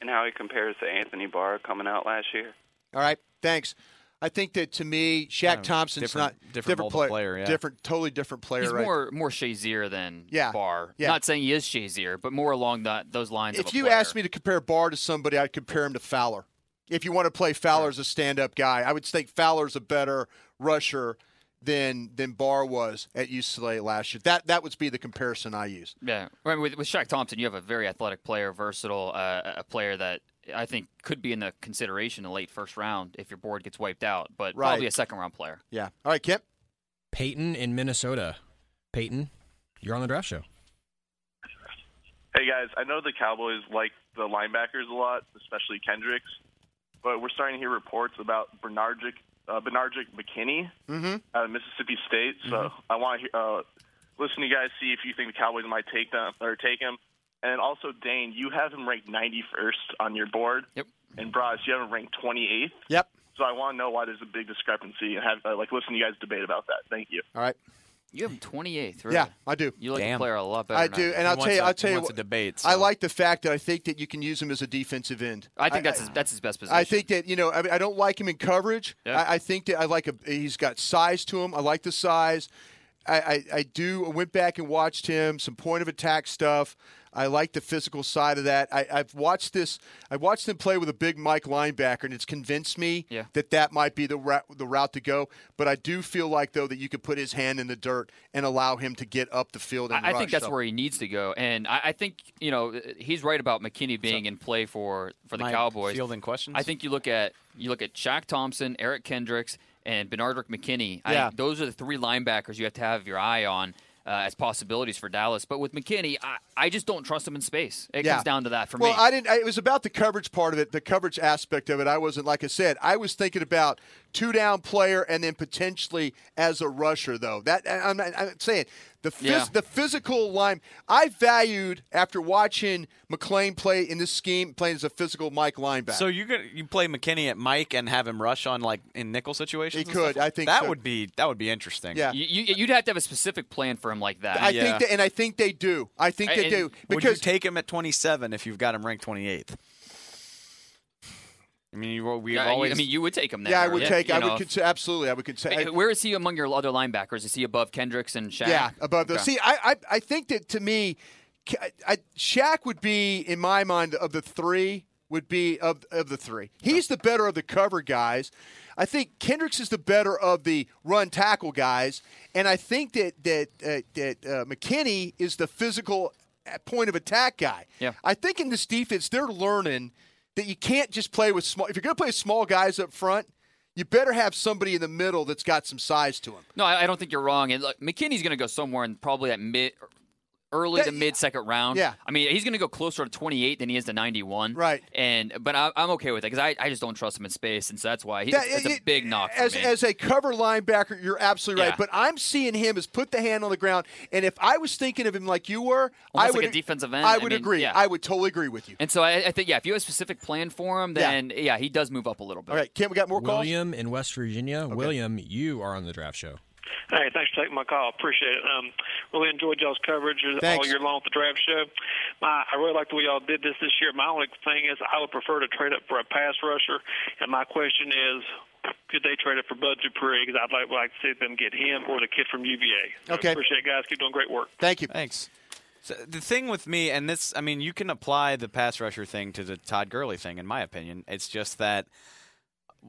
Speaker 14: and how he compares to Anthony Barr coming out last year.
Speaker 4: All right, thanks. I think that to me, Shaq
Speaker 6: of
Speaker 4: Thompson's
Speaker 6: different-
Speaker 4: not
Speaker 6: different mold of
Speaker 4: player,
Speaker 6: player, yeah.
Speaker 4: different, totally different player.
Speaker 6: He's
Speaker 4: right?
Speaker 6: more more Shazier than
Speaker 4: Yeah.
Speaker 6: Barr.
Speaker 4: Yeah.
Speaker 6: Not saying he is Shazier, but more along that those lines.
Speaker 4: if
Speaker 6: of a
Speaker 4: you
Speaker 6: player.
Speaker 4: asked me to compare Barr to somebody, I'd compare him to Fowler. If you want to play Fowler as a stand-up guy, I would think Fowler's a better rusher than than Barr was at UCLA last year. That that would be the comparison I use.
Speaker 6: Yeah, I mean, with, with Shaq Thompson, you have a very athletic player, versatile, uh, a player that I think could be in the consideration in the late first round if your board gets wiped out, but
Speaker 12: Right.
Speaker 6: probably a second round player.
Speaker 4: Yeah. All right, Kip.
Speaker 12: Peyton in Minnesota. Peyton, you're on the draft show.
Speaker 15: Hey guys, I know the Cowboys like the linebackers a lot, especially Kendricks, but we're starting to hear reports about Bernardjic, uh, Bernardjic McKinney
Speaker 4: Mm-hmm.
Speaker 15: out of Mississippi State. So I want to uh, listen to you guys see if you think the Cowboys might take them or take him. And also, Dane, you have him ranked 91st on your board.
Speaker 6: Yep.
Speaker 15: And Braz, you have him ranked 28th.
Speaker 4: Yep.
Speaker 15: So I want to know why there's a big discrepancy and have uh, like listen to you guys debate about that. Thank you.
Speaker 4: All right.
Speaker 6: You have him 28th,
Speaker 4: Yeah, I do.
Speaker 6: You like the player a lot better.
Speaker 4: I
Speaker 6: than
Speaker 4: do,
Speaker 6: do.
Speaker 4: and I'll tell you, I'll tell you, what- I like the fact that I think that you can use him as a defensive end.
Speaker 6: I think that's his, that's his best position.
Speaker 4: I think that you know I, mean, I don't like him in coverage. I, I think that I like a he's got size to him. I like the size. I, I, I do. I went back and watched him some point of attack stuff. I like the physical side of that. I, I've watched this. I watched them play with a big Mike linebacker, and it's convinced me
Speaker 6: Yeah.
Speaker 4: that that might be the route, the route to go. But I do feel like though that you could put his hand in the dirt and allow him to get up the field. And
Speaker 6: I, I think
Speaker 4: rush,
Speaker 6: that's
Speaker 4: so.
Speaker 6: where he needs to go, and I, I think you know uh, he's right about McKinney being in play for for the
Speaker 5: My
Speaker 6: Cowboys.
Speaker 5: fielding questions?
Speaker 6: I think you look at you look at Shaq Thompson, Eric Kendricks, and Bernardrick McKinney. I
Speaker 5: Yeah.
Speaker 6: think those are the three linebackers you have to have your eye on. Uh, as possibilities for Dallas, but with McKinney, I, I just don't trust him in space. It comes down to that for
Speaker 4: well,
Speaker 6: me.
Speaker 4: I didn't. I, it was about the coverage part of it, the coverage aspect of it. I wasn't like I said. I was thinking about two down player and then potentially as a rusher though. That I- I'm, not- I'm saying the phys-
Speaker 6: Yeah.
Speaker 4: the physical line. I valued after watching McLean play in this scheme, playing as a physical Mike linebacker.
Speaker 5: So you could you play McKinney at Mike and have him rush on like in nickel situations.
Speaker 4: He
Speaker 5: and
Speaker 4: could,
Speaker 5: stuff?
Speaker 4: I think
Speaker 5: that
Speaker 4: so.
Speaker 5: would be that would be interesting.
Speaker 6: you, you, you'd have to have a specific plan for him like that.
Speaker 4: I think, that, and I think they do. I think they
Speaker 5: And
Speaker 4: do
Speaker 5: would you
Speaker 4: because
Speaker 5: take him at 27 if you've got him ranked 28th? I mean, you, we've
Speaker 6: Yeah, you-
Speaker 5: always.
Speaker 6: I mean, you would take him. There,
Speaker 4: yeah, I would
Speaker 6: right?
Speaker 4: take.
Speaker 6: You
Speaker 4: I
Speaker 6: know, uh,
Speaker 4: would
Speaker 6: if-
Speaker 4: consider, absolutely. I would
Speaker 6: Hey,
Speaker 4: consider.
Speaker 6: Where is he among your other linebackers? Is he above Kendricks and Shaq?
Speaker 4: Yeah, above those.
Speaker 6: Okay.
Speaker 4: See, I, I I think that to me, Ca- I, Shaq would be in my mind of the three would be of of the three. He's the better of the cover guys. I think Kendricks is the better of the run tackle guys, and I think that that uh, that uh, McKinney is the physical uh, point of attack guy.
Speaker 6: Yeah.
Speaker 4: I think in this defense they're learning that you can't just play with small. If you're going to play small guys up front, You better have somebody in the middle that's got some size to him.
Speaker 6: No, I, I don't think you're wrong. And look, McKinney's going to go somewhere in probably at mid, early to mid second round.
Speaker 4: yeah.
Speaker 6: I mean he's going to go closer to 28 than he is to 91. Right. And but I, I'm okay with it because I, I just don't trust him in space, and so that's why he,
Speaker 4: That-
Speaker 6: it's a
Speaker 4: it-
Speaker 6: big knock for
Speaker 4: As,
Speaker 6: me.
Speaker 4: as a cover linebacker, you're absolutely right.
Speaker 6: Yeah.
Speaker 4: But I'm seeing him as put the hand on the ground. And if I was thinking of him like you were, I
Speaker 6: Almost
Speaker 4: would
Speaker 6: like a defensive end.
Speaker 4: I
Speaker 6: I
Speaker 4: would
Speaker 6: mean,
Speaker 4: agree.
Speaker 6: yeah.
Speaker 4: I would totally agree with you.
Speaker 6: and so I, I think yeah, if you have a specific plan for him,
Speaker 4: Yeah.
Speaker 6: then yeah, he does move up a little bit.
Speaker 4: All right, Kim, we got more calls.
Speaker 12: William in West Virginia. William, you are on the draft show.
Speaker 16: Hey, thanks for taking my call. Appreciate it. Um, really enjoyed y'all's coverage all
Speaker 12: Thanks.
Speaker 16: year long at the draft show. My, I really like the way y'all did this this year. My only thing is I would prefer to trade up for a pass rusher, and my question is, could they trade up for Bud Dupree? Because I'd like, like to see them get him or the kid from UVA. So
Speaker 5: Okay.
Speaker 16: Appreciate it, guys. Keep doing great work.
Speaker 4: Thank you.
Speaker 5: Thanks. So the thing with me, and this, I mean, you can apply the pass rusher thing to the Todd Gurley thing, in my opinion. It's just that,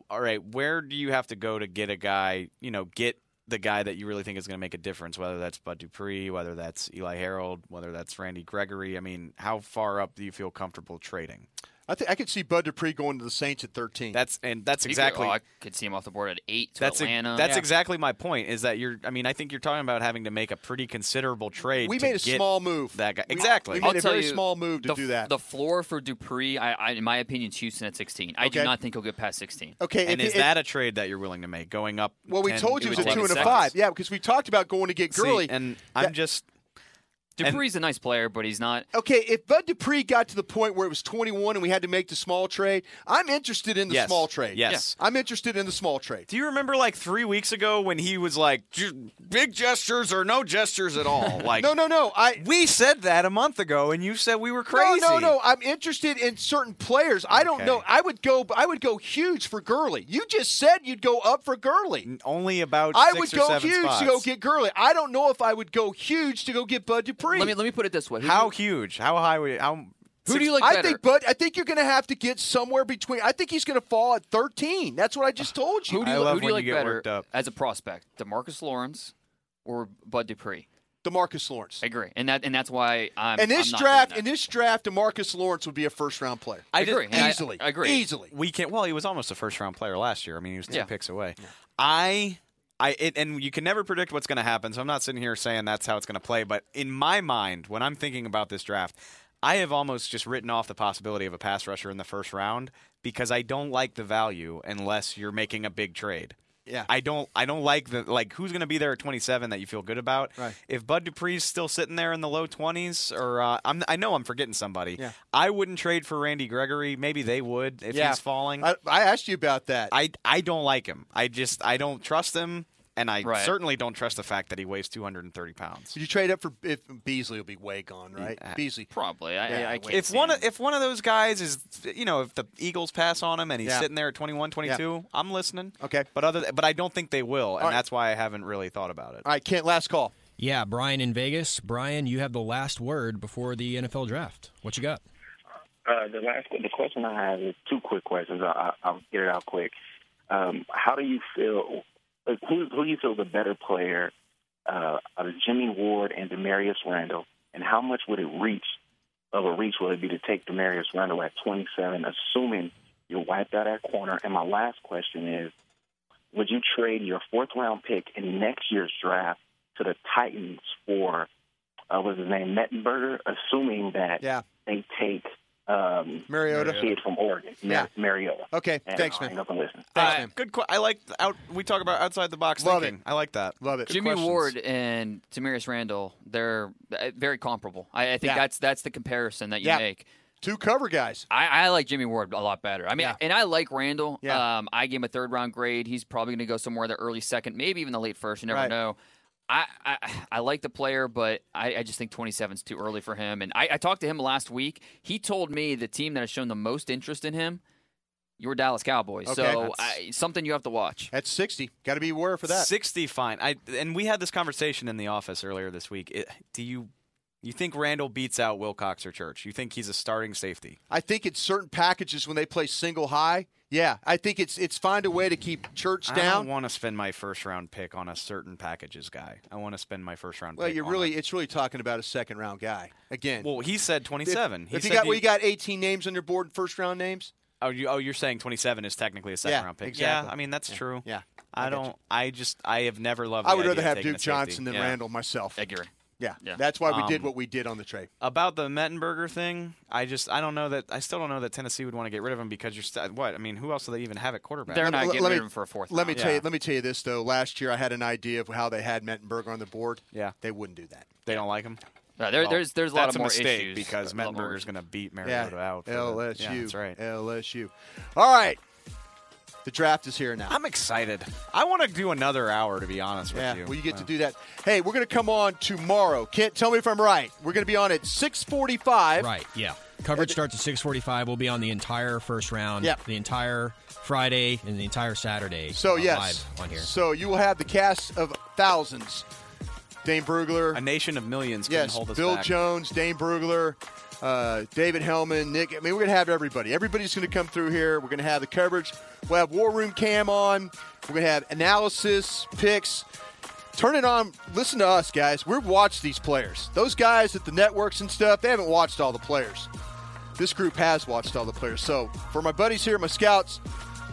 Speaker 5: all right, where do you have to go to get a guy, you know, get the guy that you really think is going to make a difference, whether that's Bud Dupree, whether that's Eli Harold, whether that's Randy Gregory? I mean, how far up do you feel comfortable trading?
Speaker 4: I think I could see Bud Dupree going to the Saints at 13.
Speaker 5: That's and that's
Speaker 6: He could-
Speaker 5: exactly.
Speaker 6: oh, I could see him off the board at eight to
Speaker 5: that's e-
Speaker 6: Atlanta.
Speaker 5: that's exactly my point. Is that you're? I mean, I think you're talking about having to make a pretty considerable trade.
Speaker 6: We
Speaker 5: to
Speaker 6: made a
Speaker 5: get
Speaker 6: small
Speaker 4: move.
Speaker 5: That guy exactly.
Speaker 6: I'll tell you, the, The floor for Dupree, I, I, in my opinion, is Houston at 16. I do
Speaker 5: Okay.
Speaker 6: not think he'll get past 16.
Speaker 4: Okay,
Speaker 5: and
Speaker 4: if-
Speaker 5: is
Speaker 4: if-
Speaker 5: that a trade that you're willing to make? Going up.
Speaker 4: Well, we
Speaker 5: 10,
Speaker 4: told you it was a
Speaker 5: 11
Speaker 4: two and a
Speaker 5: seconds?
Speaker 4: five. Yeah, because we talked about going to get
Speaker 5: See,
Speaker 4: Gurley.
Speaker 5: and
Speaker 4: That-
Speaker 5: I'm just
Speaker 6: Dupree's a nice player, but he's not.
Speaker 4: Okay, if Bud Dupree got to the point where it was 21 and we had to make the small trade, I'm interested in the
Speaker 5: Yes.
Speaker 4: small trade.
Speaker 5: Yes.
Speaker 4: I'm interested in the small trade.
Speaker 5: Do you remember like three weeks ago when he was like, "Ju- big gestures or no gestures at all? Like,
Speaker 4: no, no, no. I
Speaker 5: we said that a month ago, and you said we were crazy.
Speaker 4: No, no, no. I'm interested in certain players. I don't
Speaker 5: Okay.
Speaker 4: know. I would go. I would go huge for Gurley. You just said you'd go up for Gurley.
Speaker 5: Only about
Speaker 4: I
Speaker 5: six
Speaker 4: would
Speaker 5: or
Speaker 4: go
Speaker 5: seven
Speaker 4: huge
Speaker 5: spots.
Speaker 4: to go get Gurley. I don't know if I would go huge to go get Bud Dupree.
Speaker 6: Let me let me put it this way. Who do
Speaker 5: How
Speaker 6: you-
Speaker 5: huge? How high? Would, how?
Speaker 6: Who do you like
Speaker 4: I
Speaker 6: better?
Speaker 4: think Bud. I think you're going to have to get somewhere between. I think he's going to fall at 13. That's what I just told you.
Speaker 6: Who do you, who do you like better as a prospect, Demarcus Lawrence or Bud Dupree?
Speaker 4: Demarcus Lawrence.
Speaker 6: I agree, and that and that's why I'm.
Speaker 4: in this
Speaker 6: I'm not
Speaker 4: draft,
Speaker 6: doing
Speaker 4: in this draft, Demarcus Lawrence would be a first round player.
Speaker 5: I agree. And I-
Speaker 4: easily.
Speaker 5: I agree.
Speaker 4: easily.
Speaker 5: We can. Well, he was almost a first round player last year. I mean, he was two
Speaker 4: Yeah.
Speaker 5: picks away. I, I, it, and you can never predict what's going to happen. So I'm not sitting here saying that's how it's going to play. But in my mind, when I'm thinking about this draft, I have almost just written off the possibility of a pass rusher in the first round because I don't like the value unless you're making a big trade.
Speaker 4: Yeah.
Speaker 5: I don't. I don't like the like. Who's going to be there at 27 that you feel good about?
Speaker 4: Right.
Speaker 5: If Bud Dupree's still sitting there in the low 20s, or uh, I'm, I know I'm forgetting somebody.
Speaker 4: Yeah.
Speaker 5: I wouldn't trade for Randy Gregory. Maybe they would if
Speaker 4: Yeah.
Speaker 5: he's falling.
Speaker 4: I, I asked you about that.
Speaker 5: I I don't like him. I just I don't trust him, and I
Speaker 4: Right.
Speaker 5: certainly don't trust the fact that he weighs 230 pounds.
Speaker 4: Would you trade up for if Beasley will be way gone, right?
Speaker 5: Yeah.
Speaker 4: Beasley
Speaker 6: probably. I,
Speaker 4: Yeah, I can't
Speaker 5: if
Speaker 4: see
Speaker 5: one of, if one of those guys is you know if the Eagles pass on him and he's
Speaker 4: Yeah.
Speaker 5: sitting there at 21, 22, I'm listening.
Speaker 4: Okay,
Speaker 5: but other th- but I don't think they will, and
Speaker 12: All right.
Speaker 5: that's why I haven't really thought about it.
Speaker 4: All right, Kent, last call.
Speaker 12: Yeah, Brian in Vegas. Brian, you have the last word before the NFL draft. What you got?
Speaker 17: Uh, the last the question I have is two quick questions. I, I, I'll get it out quick. Um, how do you feel? Like, who who do you feel the better player uh, out of Jimmy Ward and Demarius Randall? And how much would it reach of a reach would it be to take Demarius Randall at 27, assuming you're wiped out at corner? And my last question is, would you trade your fourth round pick in next year's draft to the Titans for uh, what's his name, Mettenberger, assuming that
Speaker 4: Yeah.
Speaker 17: they take um,
Speaker 4: Mariota.
Speaker 17: the kid from Oregon,
Speaker 4: Yeah.
Speaker 17: yeah. Mariota.
Speaker 4: Okay,
Speaker 17: And
Speaker 4: thanks,
Speaker 17: I'll
Speaker 4: man.
Speaker 17: hang up and listen.
Speaker 5: Uh, Good. Qu- I like the out. We talk about outside the box
Speaker 6: Love
Speaker 5: thinking. I like that.
Speaker 4: Love
Speaker 6: Jimmy Ward and Tamarius Randall, they're uh, very comparable. I, I think
Speaker 5: Yeah.
Speaker 6: that's that's the comparison that you
Speaker 5: Yeah.
Speaker 6: make.
Speaker 4: Two cover guys.
Speaker 6: I, I like Jimmy Ward a lot better. I mean,
Speaker 5: Yeah.
Speaker 6: and I like Randall.
Speaker 5: Yeah.
Speaker 6: Um, I gave him a third round grade. He's probably going to go somewhere in the early second, maybe even the late first. You never
Speaker 5: Right.
Speaker 6: know. I, I I like the player, but I, I just think 27 is too early for him. And I, I talked to him last week. He told me the team that has shown the most interest in him, your Dallas Cowboys.
Speaker 5: Okay.
Speaker 6: So
Speaker 5: That's-
Speaker 6: I, something you have to watch.
Speaker 4: At 60, got to be aware for that.
Speaker 5: 60 fine. I and we had this conversation in the office earlier this week. It, do you you think Randall beats out Wilcox or Church? You think he's a starting safety?
Speaker 4: I think it's certain packages when they play single high. Yeah, I think it's it's find a way to keep Church
Speaker 5: I
Speaker 4: down.
Speaker 5: don't want to spend my first round pick on a certain packages guy. I want to spend my first round
Speaker 4: well,
Speaker 5: pick
Speaker 4: you're
Speaker 5: on
Speaker 4: really it's really talking about a second round guy again.
Speaker 5: Well, he said 27.
Speaker 4: If,
Speaker 5: he
Speaker 4: if you
Speaker 5: said
Speaker 4: got
Speaker 5: he-
Speaker 4: we got 18 names on your board, first round names.
Speaker 5: Oh, you, oh, you're saying 27 is technically a second
Speaker 4: Yeah,
Speaker 5: round pick.
Speaker 4: exactly.
Speaker 5: Yeah, I mean that's true.
Speaker 4: yeah. I
Speaker 5: I,
Speaker 4: get
Speaker 5: don't. I just I have never loved.
Speaker 4: I
Speaker 5: the
Speaker 4: would
Speaker 5: idea
Speaker 4: rather
Speaker 5: of
Speaker 4: have
Speaker 5: taking
Speaker 4: Duke
Speaker 5: a safety.
Speaker 4: Johnson than
Speaker 5: Yeah.
Speaker 4: Randall myself.
Speaker 6: agree.
Speaker 4: Yeah.
Speaker 5: Yeah.
Speaker 4: that's why we did
Speaker 5: Um,
Speaker 4: what we did on the trade.
Speaker 5: About the Mettenberger thing, I just I don't know that I still don't know that Tennessee would want to get rid of him because you're st- what I mean. Who else do they even have at quarterback?
Speaker 6: They're not
Speaker 4: Let me-
Speaker 6: getting
Speaker 4: let
Speaker 6: rid
Speaker 4: me-
Speaker 6: of him for a fourth.
Speaker 4: Let me
Speaker 6: round.
Speaker 4: tell you. Let me tell you this though. Last year, I had an idea of how they had Mettenberger on the board.
Speaker 5: Yeah,
Speaker 4: they wouldn't do that.
Speaker 5: They don't like him.
Speaker 6: No, there- there's- there's a lot
Speaker 5: that's
Speaker 6: of more
Speaker 5: mistake
Speaker 6: issues.
Speaker 5: because
Speaker 6: A lot more
Speaker 5: Mettenberger's
Speaker 6: issues.
Speaker 5: going to beat
Speaker 4: yeah.
Speaker 5: Mariota out. for the-
Speaker 4: LSU.
Speaker 5: yeah, that's right.
Speaker 4: LSU. All right. The draft is here now.
Speaker 5: I'm excited. I want to do another hour to be honest
Speaker 4: yeah,
Speaker 5: with you.
Speaker 4: well, you get to do that. Hey, we're going to come on tomorrow. Kent, tell me if I'm right. We're going to be on at 6:45.
Speaker 12: Right. Yeah. Coverage starts at 6:45. We'll be on the entire first round,
Speaker 4: Yeah.
Speaker 12: the entire Friday and the entire Saturday.
Speaker 4: So
Speaker 12: uh,
Speaker 4: yes,
Speaker 12: live on here.
Speaker 4: So you will have the cast of thousands. Dane Brugler, a
Speaker 5: nation of millions. couldn't
Speaker 4: Yes,
Speaker 5: hold us
Speaker 4: Bill
Speaker 5: back.
Speaker 4: Jones, Dane Brugler, uh, David Hellman, Nick. I mean, we're gonna have everybody. Everybody's gonna come through here. We're gonna have the coverage. We'll have War Room Cam on. We're gonna have analysis, picks. Turn it on. Listen to us, guys. We've watched these players. Those guys at the networks and stuff, they haven't watched all the players this group has watched all the players. So for my buddies here, my scouts,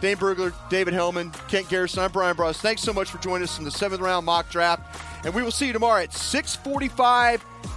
Speaker 4: Dane Brugler, David Hellman, Kent Garrison, I'm Brian Bross. Thanks so much for joining us in the seventh round mock draft, and we will see you tomorrow at 6:45.